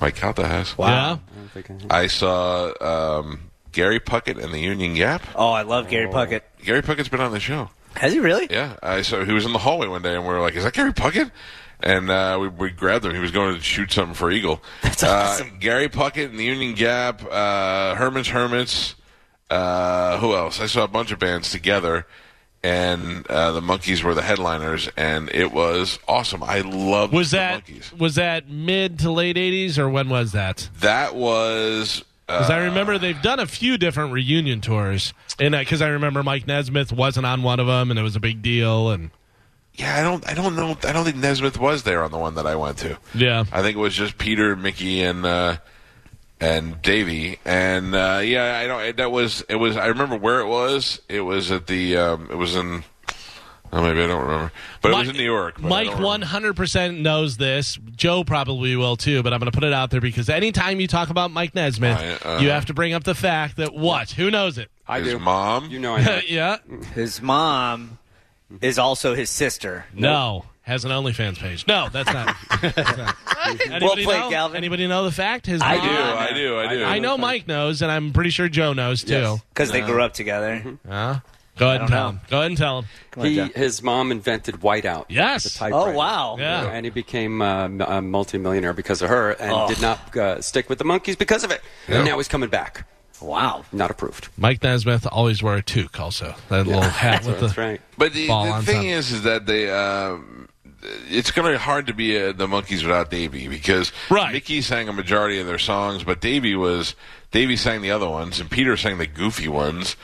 [SPEAKER 3] Mike Calta has.
[SPEAKER 6] I
[SPEAKER 4] Wow.
[SPEAKER 6] don't think I
[SPEAKER 3] I saw um, Gary Puckett and the Union Gap.
[SPEAKER 5] Oh, I love Gary Puckett.
[SPEAKER 3] Gary Puckett's been on the show.
[SPEAKER 5] Has he really?
[SPEAKER 3] Yeah, I saw he was in the hallway one day, and we were like, "Is that Gary Puckett?" And uh, we, we grabbed him. He was going to shoot something for Eagle. That's
[SPEAKER 5] awesome.
[SPEAKER 3] Uh, Gary Puckett and the Union Gap, uh, Herman's Hermits. Uh, who else? I saw a bunch of bands together, and uh, the Monkeys were the headliners, and it was awesome. I loved
[SPEAKER 4] Was
[SPEAKER 3] the
[SPEAKER 4] that
[SPEAKER 3] Monkeys.
[SPEAKER 4] was that mid to late '80s or when was that?
[SPEAKER 3] That was uh,
[SPEAKER 4] Because I remember they've done a few different reunion tours, and because I remember Mike Nesmith wasn't on one of them, and it was a big deal, and
[SPEAKER 3] Yeah, I don't, I don't know. I don't think Nesmith was there on the one that I went to.
[SPEAKER 4] Yeah.
[SPEAKER 3] I think it was just Peter, Mickey, and uh, and Davey. And uh, yeah, I don't. That was it was. I remember where it was. It was at the. Um, it was in. Oh, maybe I don't remember. But it was in New York. but I
[SPEAKER 4] Mike
[SPEAKER 3] don't remember.
[SPEAKER 4] 100% knows this. Joe probably will too, but I'm going to put it out there because anytime you talk about Mike Nesmith,
[SPEAKER 3] I, uh,
[SPEAKER 4] you have to bring up the fact that what? Who knows it?
[SPEAKER 6] I
[SPEAKER 3] His
[SPEAKER 6] do.
[SPEAKER 3] mom?
[SPEAKER 6] You know I know.
[SPEAKER 4] yeah.
[SPEAKER 5] His mom is also his sister.
[SPEAKER 4] No. Has an OnlyFans page. No, that's not. that's not. Anybody
[SPEAKER 5] played,
[SPEAKER 4] know?
[SPEAKER 5] Galvin.
[SPEAKER 4] Anybody know the fact? His
[SPEAKER 5] I
[SPEAKER 3] I
[SPEAKER 4] mom-
[SPEAKER 3] do, Oh, I do, I do.
[SPEAKER 4] I know Mike knows, and I'm pretty sure Joe knows too.
[SPEAKER 6] Yes.
[SPEAKER 5] Because they grew up together.
[SPEAKER 4] Huh? Go ahead and tell him. Go ahead and tell him.
[SPEAKER 6] Mm-hmm. He, his mom invented whiteout.
[SPEAKER 4] Yes.
[SPEAKER 6] the typewriter.
[SPEAKER 5] Oh, wow.
[SPEAKER 4] Yeah.
[SPEAKER 6] And he became uh, m- a multimillionaire because of her and
[SPEAKER 5] Oh.
[SPEAKER 6] did not uh, stick with the monkeys because of it. And now he's coming back.
[SPEAKER 5] Wow.
[SPEAKER 6] Not approved.
[SPEAKER 4] Mike Nesmith always wore a toque, also. That little hat with
[SPEAKER 6] That's
[SPEAKER 4] the.
[SPEAKER 6] right.
[SPEAKER 3] But the,
[SPEAKER 4] Ball
[SPEAKER 3] the
[SPEAKER 4] on
[SPEAKER 3] thing
[SPEAKER 4] top.
[SPEAKER 3] is, is that they. Um, it's going to be hard to be uh, the monkeys without Davey because
[SPEAKER 4] Right.
[SPEAKER 3] Mickey sang a majority of their songs, but Davey was Davey sang the other ones, and Peter sang the goofy ones.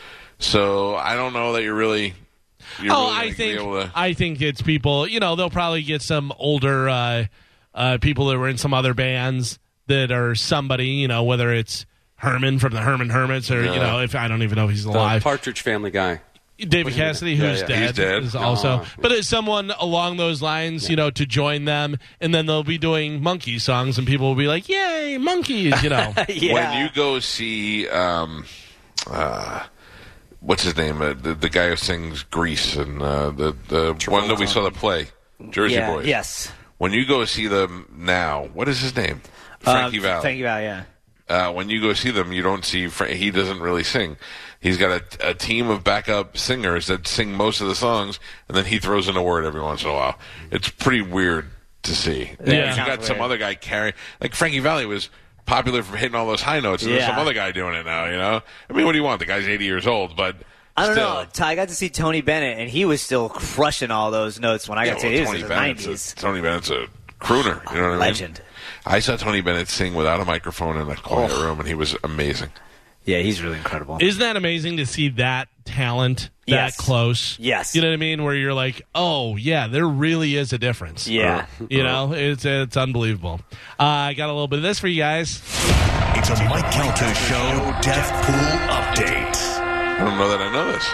[SPEAKER 3] So I don't know that you're really. You're really
[SPEAKER 4] Oh,
[SPEAKER 3] gonna
[SPEAKER 4] I
[SPEAKER 3] be
[SPEAKER 4] think
[SPEAKER 3] able to-
[SPEAKER 4] I think it's people. You know, they'll probably get some older uh, uh, people that were in some other bands that are somebody. You know, whether it's Herman from the Herman Hermits, or you know, if I don't even know if he's
[SPEAKER 6] The
[SPEAKER 4] alive.
[SPEAKER 6] Partridge Family guy.
[SPEAKER 4] David Cassidy, who's
[SPEAKER 6] yeah.
[SPEAKER 4] dead,
[SPEAKER 3] He's dead.
[SPEAKER 4] is also. But it's someone along those lines, you know, to join them, and then they'll be doing monkey songs, and people will be like, "Yay, monkeys!" You know.
[SPEAKER 5] Yeah.
[SPEAKER 3] When you go see, um, uh, what's his name? Uh, the, the guy who sings Grease and uh, the the one that we saw the play, Jersey
[SPEAKER 5] yeah.
[SPEAKER 3] Boys.
[SPEAKER 5] Yes.
[SPEAKER 3] When you go see them now, what is his name? Frankie
[SPEAKER 5] Um,
[SPEAKER 3] Valli.
[SPEAKER 5] Frankie Val, yeah.
[SPEAKER 3] uh, when you go see them, you don't see Fra- he doesn't really sing. He's got a, a team of backup singers that sing most of the songs, and then he throws in a word every once in a while. It's pretty weird to see.
[SPEAKER 4] Yeah.
[SPEAKER 3] you got some
[SPEAKER 5] Sounds
[SPEAKER 3] other guy carrying like Frankie Valley was popular for hitting all those high notes, and there's
[SPEAKER 5] Yeah.
[SPEAKER 3] some other guy doing it now. You know, I mean, what do you want? The guy's 80 years old, but
[SPEAKER 5] I don't
[SPEAKER 3] still,
[SPEAKER 5] know. Ty, I got to see Tony Bennett, and he was still crushing all those notes when I
[SPEAKER 3] Yeah,
[SPEAKER 5] got to
[SPEAKER 3] well,
[SPEAKER 5] see his
[SPEAKER 3] Tony
[SPEAKER 5] in the
[SPEAKER 3] Bennett's a-
[SPEAKER 5] 90s.
[SPEAKER 3] Tony Bennett's a crooner. You know what I mean?
[SPEAKER 5] Legend.
[SPEAKER 3] I saw Tony Bennett sing without a microphone in a quiet
[SPEAKER 5] Oh.
[SPEAKER 3] room, and he was amazing.
[SPEAKER 5] Yeah, he's really incredible.
[SPEAKER 4] Isn't that amazing to see that talent that
[SPEAKER 5] Yes.
[SPEAKER 4] close?
[SPEAKER 5] Yes.
[SPEAKER 4] You know what I mean? Where you're like, oh yeah, there really is a difference.
[SPEAKER 5] Yeah.
[SPEAKER 4] You know, it's it's unbelievable. Uh, I got a little bit of this for you guys.
[SPEAKER 2] It's a Mike Calta Show Death Pool Update.
[SPEAKER 3] I don't know that I know this.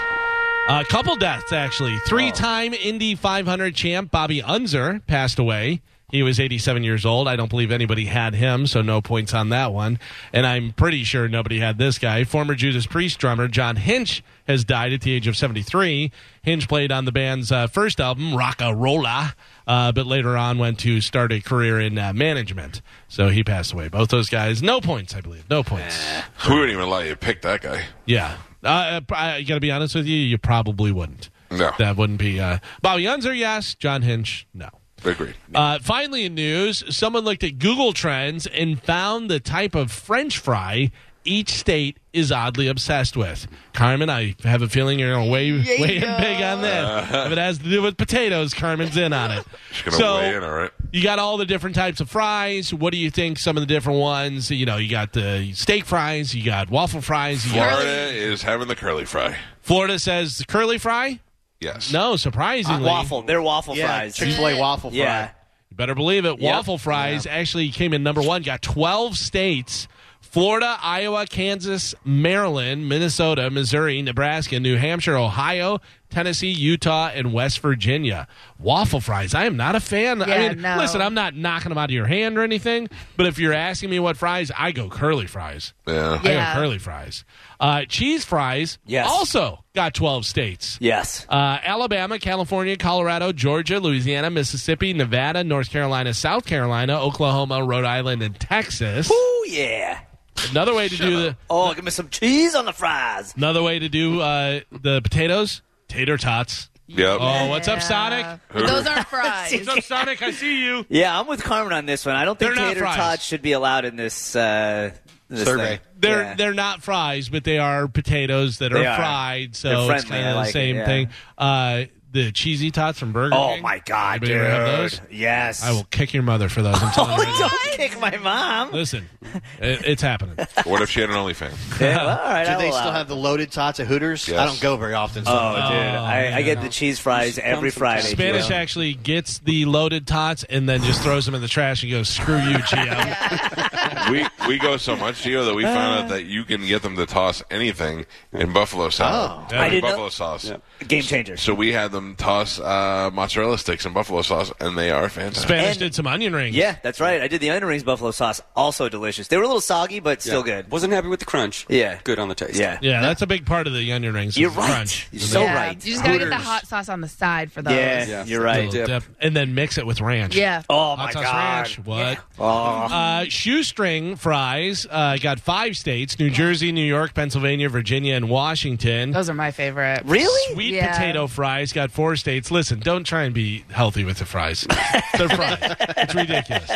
[SPEAKER 4] A couple deaths, actually. Three time Indy 500 champ Bobby Unzer passed away. He was 87 years old. I don't believe anybody had him, so no points on that one. And I'm pretty sure nobody had this guy. Former Judas Priest drummer John Hinch has died at the age of 73. Hinch played on the band's uh, first album, Rocka Rolla, uh, but later on went to start a career in uh, management. So he passed away. Both those guys, no points, I believe. No points.
[SPEAKER 3] We wouldn't even let you pick that guy.
[SPEAKER 4] Yeah. Uh, I I gotta be honest with you, you probably wouldn't.
[SPEAKER 3] No.
[SPEAKER 4] That wouldn't be uh, Bobby Unser, yes. John Hinch, no.
[SPEAKER 3] Agreed.
[SPEAKER 4] Uh, finally, in news, someone looked at Google Trends and found the type of French fry each state is oddly obsessed with. Carmen, I have a feeling you're going to weigh, weigh in big on this. if it has to do with potatoes, Carmen's in on it.
[SPEAKER 3] Just gonna weigh in, all right.
[SPEAKER 4] You got all the different types of fries. What do you think? Some of the different ones. You know, you got the steak fries. You got waffle fries. You got
[SPEAKER 3] Florida is having the curly fry.
[SPEAKER 4] Florida says the curly fry.
[SPEAKER 3] Yes.
[SPEAKER 4] No, surprisingly,
[SPEAKER 5] Uh, waffle. They're waffle
[SPEAKER 7] Yeah,
[SPEAKER 5] fries.
[SPEAKER 7] Chick Fil A waffle fry.
[SPEAKER 5] Yeah.
[SPEAKER 4] You better believe it. Waffle fries actually came in number one. Got twelve states: Florida, Iowa, Kansas, Maryland, Minnesota, Missouri, Nebraska, New Hampshire, Ohio, Tennessee, Utah, and West Virginia. Waffle fries. I am not a fan. I
[SPEAKER 1] Yeah,
[SPEAKER 4] mean,
[SPEAKER 1] no.
[SPEAKER 4] listen, I'm not knocking them out of your hand or anything. But if you're asking me what fries, I go curly fries.
[SPEAKER 3] Yeah.
[SPEAKER 1] Yeah.
[SPEAKER 4] I go curly fries. Uh, cheese fries.
[SPEAKER 5] Yes.
[SPEAKER 4] Also got twelve states.
[SPEAKER 5] Yes.
[SPEAKER 4] Uh, Alabama, California, Colorado, Georgia, Louisiana, Mississippi, Nevada, North Carolina, South Carolina, Oklahoma, Rhode Island, and Texas.
[SPEAKER 5] Oh, yeah.
[SPEAKER 4] Another way to do the
[SPEAKER 5] Oh, give me some cheese on the fries.
[SPEAKER 4] another way to do uh, the potatoes, tater tots.
[SPEAKER 3] Yep.
[SPEAKER 4] Oh, what's up, Sonic?
[SPEAKER 1] Those aren't fries.
[SPEAKER 4] What's up, Sonic? I see you.
[SPEAKER 5] Yeah, I'm with Carmen on this one. I don't think
[SPEAKER 4] They're not
[SPEAKER 5] tater
[SPEAKER 4] fries.
[SPEAKER 5] tots should be allowed in this, uh, this
[SPEAKER 7] Survey.
[SPEAKER 5] thing.
[SPEAKER 4] They're
[SPEAKER 5] Yeah.
[SPEAKER 4] they're not fries, but they are potatoes that are,
[SPEAKER 5] They are.
[SPEAKER 4] fried. So
[SPEAKER 5] They're
[SPEAKER 4] it's
[SPEAKER 5] friendly.
[SPEAKER 4] kind
[SPEAKER 5] I
[SPEAKER 4] of
[SPEAKER 5] like
[SPEAKER 4] the
[SPEAKER 5] it,
[SPEAKER 4] same
[SPEAKER 5] yeah.
[SPEAKER 4] thing. Uh, the cheesy tots from Burger
[SPEAKER 5] Oh
[SPEAKER 4] King.
[SPEAKER 5] my god,
[SPEAKER 4] Anybody ever have those?
[SPEAKER 5] dude! Yes,
[SPEAKER 4] I will kick your mother for those. I'm telling you.
[SPEAKER 5] Oh, don't kick my mom.
[SPEAKER 4] Listen, it, it's happening.
[SPEAKER 3] What if she had an OnlyFans?
[SPEAKER 5] Yeah, well, all right, uh,
[SPEAKER 7] Do
[SPEAKER 5] I'll
[SPEAKER 7] they
[SPEAKER 5] allow
[SPEAKER 7] still
[SPEAKER 5] it.
[SPEAKER 7] have the loaded tots at Hooters?
[SPEAKER 3] Yes.
[SPEAKER 7] I don't go very often. So
[SPEAKER 5] Oh, dude, I, I get the cheese fries every Friday.
[SPEAKER 4] Spanish
[SPEAKER 5] Gio.
[SPEAKER 4] actually gets the loaded tots and then just throws them in the trash and goes, "Screw you, Gio."
[SPEAKER 3] we we go so much, Gio, that we found out that you can get them to toss anything in buffalo salad.
[SPEAKER 5] Oh. I
[SPEAKER 3] in
[SPEAKER 5] didn't know-
[SPEAKER 3] buffalo sauce.
[SPEAKER 5] Game changer.
[SPEAKER 3] So we had them toss uh, mozzarella sticks in buffalo sauce, and they are fantastic.
[SPEAKER 4] Spanish
[SPEAKER 5] And-
[SPEAKER 4] did some onion rings.
[SPEAKER 5] Yeah, that's right. I did the onion rings buffalo sauce. Also delicious. They were a little soggy, but still
[SPEAKER 6] Yeah.
[SPEAKER 5] good.
[SPEAKER 6] Wasn't happy with the crunch.
[SPEAKER 5] Yeah.
[SPEAKER 6] Good on the taste.
[SPEAKER 5] Yeah.
[SPEAKER 4] Yeah, that's a big part of the onion rings. is
[SPEAKER 5] You're
[SPEAKER 4] the
[SPEAKER 5] right.
[SPEAKER 4] Crunch.
[SPEAKER 5] You're so
[SPEAKER 1] yeah.
[SPEAKER 5] right.
[SPEAKER 1] You just gotta get the
[SPEAKER 3] Hooters.
[SPEAKER 1] hot sauce on the side for those.
[SPEAKER 5] Yeah,
[SPEAKER 6] Yeah.
[SPEAKER 5] you're
[SPEAKER 4] A
[SPEAKER 5] right.
[SPEAKER 4] little dip. And then mix it with ranch.
[SPEAKER 1] Yeah.
[SPEAKER 5] Oh my
[SPEAKER 4] Hot sauce
[SPEAKER 5] god.
[SPEAKER 4] ranch. What?
[SPEAKER 5] Oh.
[SPEAKER 4] Uh, shoestring fries uh, got five states: New Jersey, New York, Pennsylvania, Virginia, and Washington.
[SPEAKER 1] Those are my favorite.
[SPEAKER 5] Really?
[SPEAKER 4] Sweet
[SPEAKER 1] Yeah.
[SPEAKER 4] potato fries got four states. Listen, don't try and be healthy with the fries. They're fries. It's ridiculous.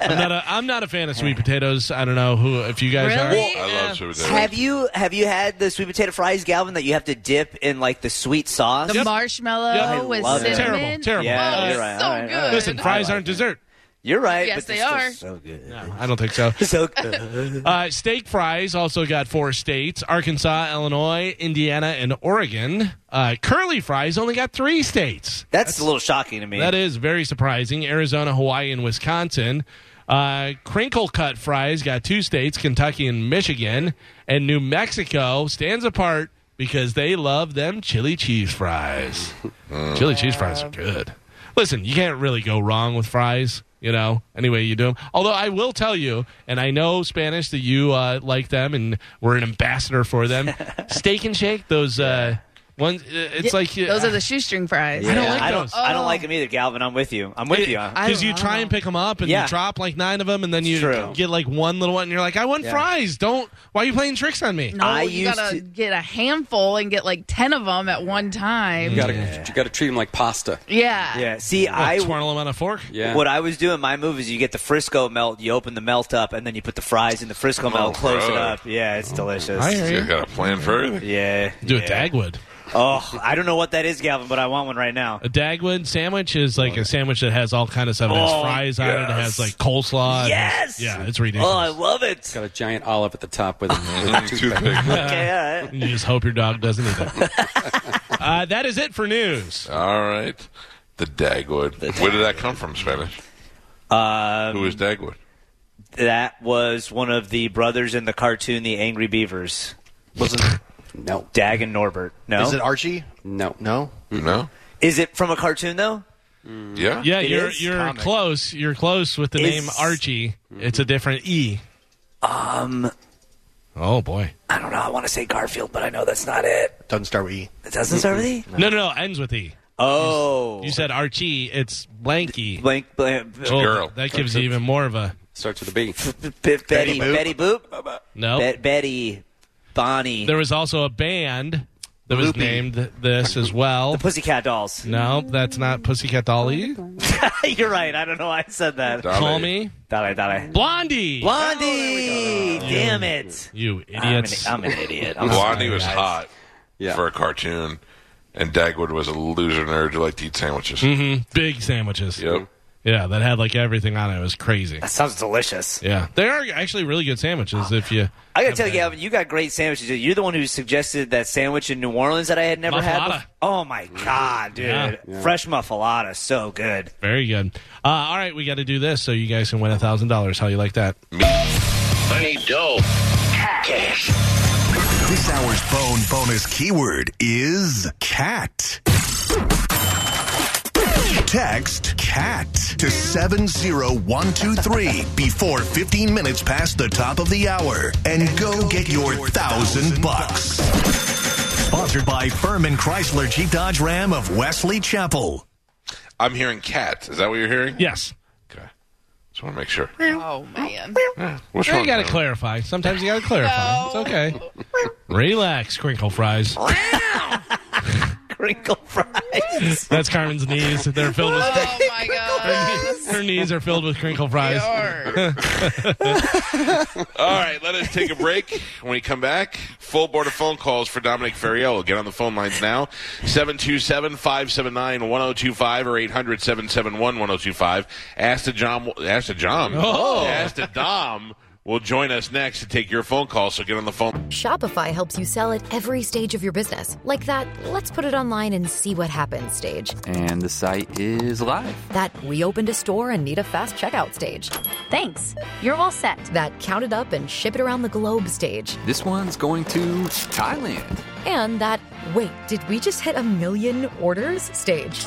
[SPEAKER 4] I'm not, a, I'm not a fan of sweet potatoes. I don't know who if you guys
[SPEAKER 1] Really?
[SPEAKER 3] I love sweet potatoes.
[SPEAKER 5] Have you have you had the sweet potato fries, Galvin, that you have to dip in like the sweet sauce?
[SPEAKER 1] The marshmallow
[SPEAKER 4] Yep. I
[SPEAKER 1] with
[SPEAKER 5] love it.
[SPEAKER 1] cinnamon.
[SPEAKER 4] Terrible, terrible.
[SPEAKER 5] Yeah,
[SPEAKER 1] Oh,
[SPEAKER 5] you're
[SPEAKER 1] it's
[SPEAKER 5] right.
[SPEAKER 1] so
[SPEAKER 5] All right, all
[SPEAKER 1] good.
[SPEAKER 5] right.
[SPEAKER 4] are. Listen, fries aren't dessert.
[SPEAKER 5] You're right.
[SPEAKER 1] Yes,
[SPEAKER 5] but they're
[SPEAKER 1] they
[SPEAKER 5] still
[SPEAKER 1] are.
[SPEAKER 5] So good.
[SPEAKER 4] I don't think so.
[SPEAKER 5] So good.
[SPEAKER 4] Uh, steak fries also got four states: Arkansas, Illinois, Indiana, and Oregon. Uh, curly fries only got three states.
[SPEAKER 5] That's a little shocking to me.
[SPEAKER 4] That is very surprising. Arizona, Hawaii, and Wisconsin. Uh, crinkle cut fries got two states: Kentucky and Michigan, and New Mexico stands apart because they love them chili cheese fries. chili cheese fries are good. Listen, you can't really go wrong with fries. You know, any way you do them. Although I will tell you, and I know Spanish that you uh, like them and were an ambassador for them. Steak and Shake, those uh, ones. It's like uh,
[SPEAKER 1] Those are the shoestring fries.
[SPEAKER 4] I don't like
[SPEAKER 5] I don't.
[SPEAKER 4] those. Oh.
[SPEAKER 5] I don't like them either, Galvin. I'm with you. I'm with you.
[SPEAKER 1] I
[SPEAKER 4] because you
[SPEAKER 1] love
[SPEAKER 4] try and pick them up and
[SPEAKER 5] Yeah.
[SPEAKER 4] you drop like nine of them and then you
[SPEAKER 5] True.
[SPEAKER 4] get like one little one and you're like i want fries don't why are you playing tricks on me
[SPEAKER 1] No,
[SPEAKER 5] I
[SPEAKER 1] you
[SPEAKER 5] used
[SPEAKER 1] gotta
[SPEAKER 5] to-
[SPEAKER 1] get a handful and get like ten of them at one time.
[SPEAKER 6] You gotta, you gotta treat them like pasta.
[SPEAKER 1] Yeah.
[SPEAKER 5] yeah. See,
[SPEAKER 4] What,
[SPEAKER 5] I
[SPEAKER 4] twirl them on a fork
[SPEAKER 6] Yeah.
[SPEAKER 5] What I was doing, my move is you get the Frisco melt, you open the melt up, and then you put the fries in the Frisco melt, close it
[SPEAKER 3] bro.
[SPEAKER 5] up. Yeah, it's delicious.
[SPEAKER 4] Oh, I hear
[SPEAKER 3] You
[SPEAKER 4] you.
[SPEAKER 3] got a plan for everything.
[SPEAKER 5] Yeah.
[SPEAKER 4] do a
[SPEAKER 5] yeah.
[SPEAKER 4] dagwood
[SPEAKER 5] Oh, I don't know what that is, Galvin, but I want one right now.
[SPEAKER 4] a dagwood sandwich is like a sandwich that has all kind of stuff it has
[SPEAKER 5] Oh,
[SPEAKER 4] fries on it it has
[SPEAKER 5] yes.
[SPEAKER 4] like coleslaw it has-
[SPEAKER 5] Yes.
[SPEAKER 4] Uh, yeah it's
[SPEAKER 5] Oh, I
[SPEAKER 4] ridiculous
[SPEAKER 5] love it.
[SPEAKER 6] Got a giant olive at the top with, with a toothpick.
[SPEAKER 3] Mm-hmm. Toothpick.
[SPEAKER 5] Okay, all right.
[SPEAKER 4] you just hope your dog doesn't eat it uh, that is it for news
[SPEAKER 3] All right. The Dagwood. Where did that come from, Spanish?
[SPEAKER 5] Um,
[SPEAKER 3] Who is Dagwood?
[SPEAKER 5] that was one of the brothers in the cartoon, The Angry Beavers,
[SPEAKER 7] Wasn't
[SPEAKER 6] No.
[SPEAKER 5] Dag and Norbert. No,
[SPEAKER 7] is it Archie?
[SPEAKER 6] No.
[SPEAKER 7] No.
[SPEAKER 3] No?
[SPEAKER 5] Is it from a cartoon though?
[SPEAKER 3] Yeah?
[SPEAKER 4] yeah
[SPEAKER 5] It
[SPEAKER 4] you're
[SPEAKER 5] is
[SPEAKER 4] you're
[SPEAKER 7] comic.
[SPEAKER 4] close you're close with the
[SPEAKER 5] It's-
[SPEAKER 4] name archie it's a different e um oh boy
[SPEAKER 5] I don't know. I want to say Garfield, but I know that's not it.
[SPEAKER 7] Doesn't start with E.
[SPEAKER 5] It doesn't start with E.
[SPEAKER 4] no no no ends with e
[SPEAKER 5] Oh,
[SPEAKER 4] You said Archie, it's Blanky.
[SPEAKER 5] blank, blank,
[SPEAKER 4] Oh,
[SPEAKER 3] girl.
[SPEAKER 4] That gives you even more of a
[SPEAKER 6] Starts with a B.
[SPEAKER 5] B- B- Betty,
[SPEAKER 7] Boop.
[SPEAKER 5] Betty Boop,
[SPEAKER 4] no.
[SPEAKER 5] Be- Betty, Bonnie,
[SPEAKER 4] There was also a band that was
[SPEAKER 7] Loopy.
[SPEAKER 4] named this as well.
[SPEAKER 5] Pussycat Dolls.
[SPEAKER 4] No, that's not Pussycat Dolly.
[SPEAKER 5] You're right. I don't know why I said that.
[SPEAKER 3] Dolly.
[SPEAKER 4] Call me
[SPEAKER 5] Thought I thought I.
[SPEAKER 4] Blondie.
[SPEAKER 5] Blondie, damn it!
[SPEAKER 4] you
[SPEAKER 5] I'm an,
[SPEAKER 4] idiots.
[SPEAKER 5] I'm an idiot. I'm
[SPEAKER 3] Blondie
[SPEAKER 5] sorry,
[SPEAKER 3] was
[SPEAKER 5] guys.
[SPEAKER 3] hot
[SPEAKER 6] Yeah.
[SPEAKER 3] for a cartoon, and Dagwood was a loser nerd who liked to eat sandwiches.
[SPEAKER 4] Big sandwiches.
[SPEAKER 3] Yep.
[SPEAKER 4] Yeah, that had like everything on it. It was crazy.
[SPEAKER 5] That sounds delicious.
[SPEAKER 4] Yeah, they are actually really good sandwiches if you.
[SPEAKER 5] I gotta tell you, Gavin, you got great sandwiches. dude. You're the one who suggested that sandwich in New Orleans that I had never had.
[SPEAKER 4] Muffalata.
[SPEAKER 5] bef- Oh my god, dude!
[SPEAKER 4] Yeah.
[SPEAKER 5] Fresh muffalata, so good.
[SPEAKER 4] Very good. Uh, all right, we got to do this so you guys can win a thousand dollars. How you like that?
[SPEAKER 2] This hour's phone bonus keyword is cat. Text cat to 70123 before 15 minutes past the top of the hour and go get your thousand bucks. Sponsored by Furman Chrysler Jeep Dodge Ram of Wesley Chapel.
[SPEAKER 3] I'm hearing cat. Is that what you're hearing?
[SPEAKER 4] Yes.
[SPEAKER 3] Okay. Just want to make sure.
[SPEAKER 1] Oh man.
[SPEAKER 3] What's
[SPEAKER 4] You
[SPEAKER 3] wrong?
[SPEAKER 4] gotta
[SPEAKER 3] man?
[SPEAKER 4] clarify. Sometimes you gotta clarify. It's okay. Relax, crinkle fries.
[SPEAKER 5] Crinkle fries.
[SPEAKER 4] That's Carmen's knees. They're filled with.
[SPEAKER 1] Oh my god.
[SPEAKER 4] Her knees are filled with crinkle fries.
[SPEAKER 3] All right, let us take a break. When we come back, full board of phone calls for Dominic Ferriello. Get on the phone lines now 727 579 1025 or 800 771 1025. Ask the John. Ask the John. Ask the Dom will join us next to take your phone call. So get on the phone.
[SPEAKER 11] Shopify helps you sell at every stage of your business. Like that, let's put it online and see what happens stage.
[SPEAKER 10] And the site is live.
[SPEAKER 11] That we opened a store and need a fast checkout stage. Thanks. You're all set. That count it up and ship it around the globe stage.
[SPEAKER 10] This one's going to Thailand.
[SPEAKER 11] And that, wait, did we just hit a million orders stage?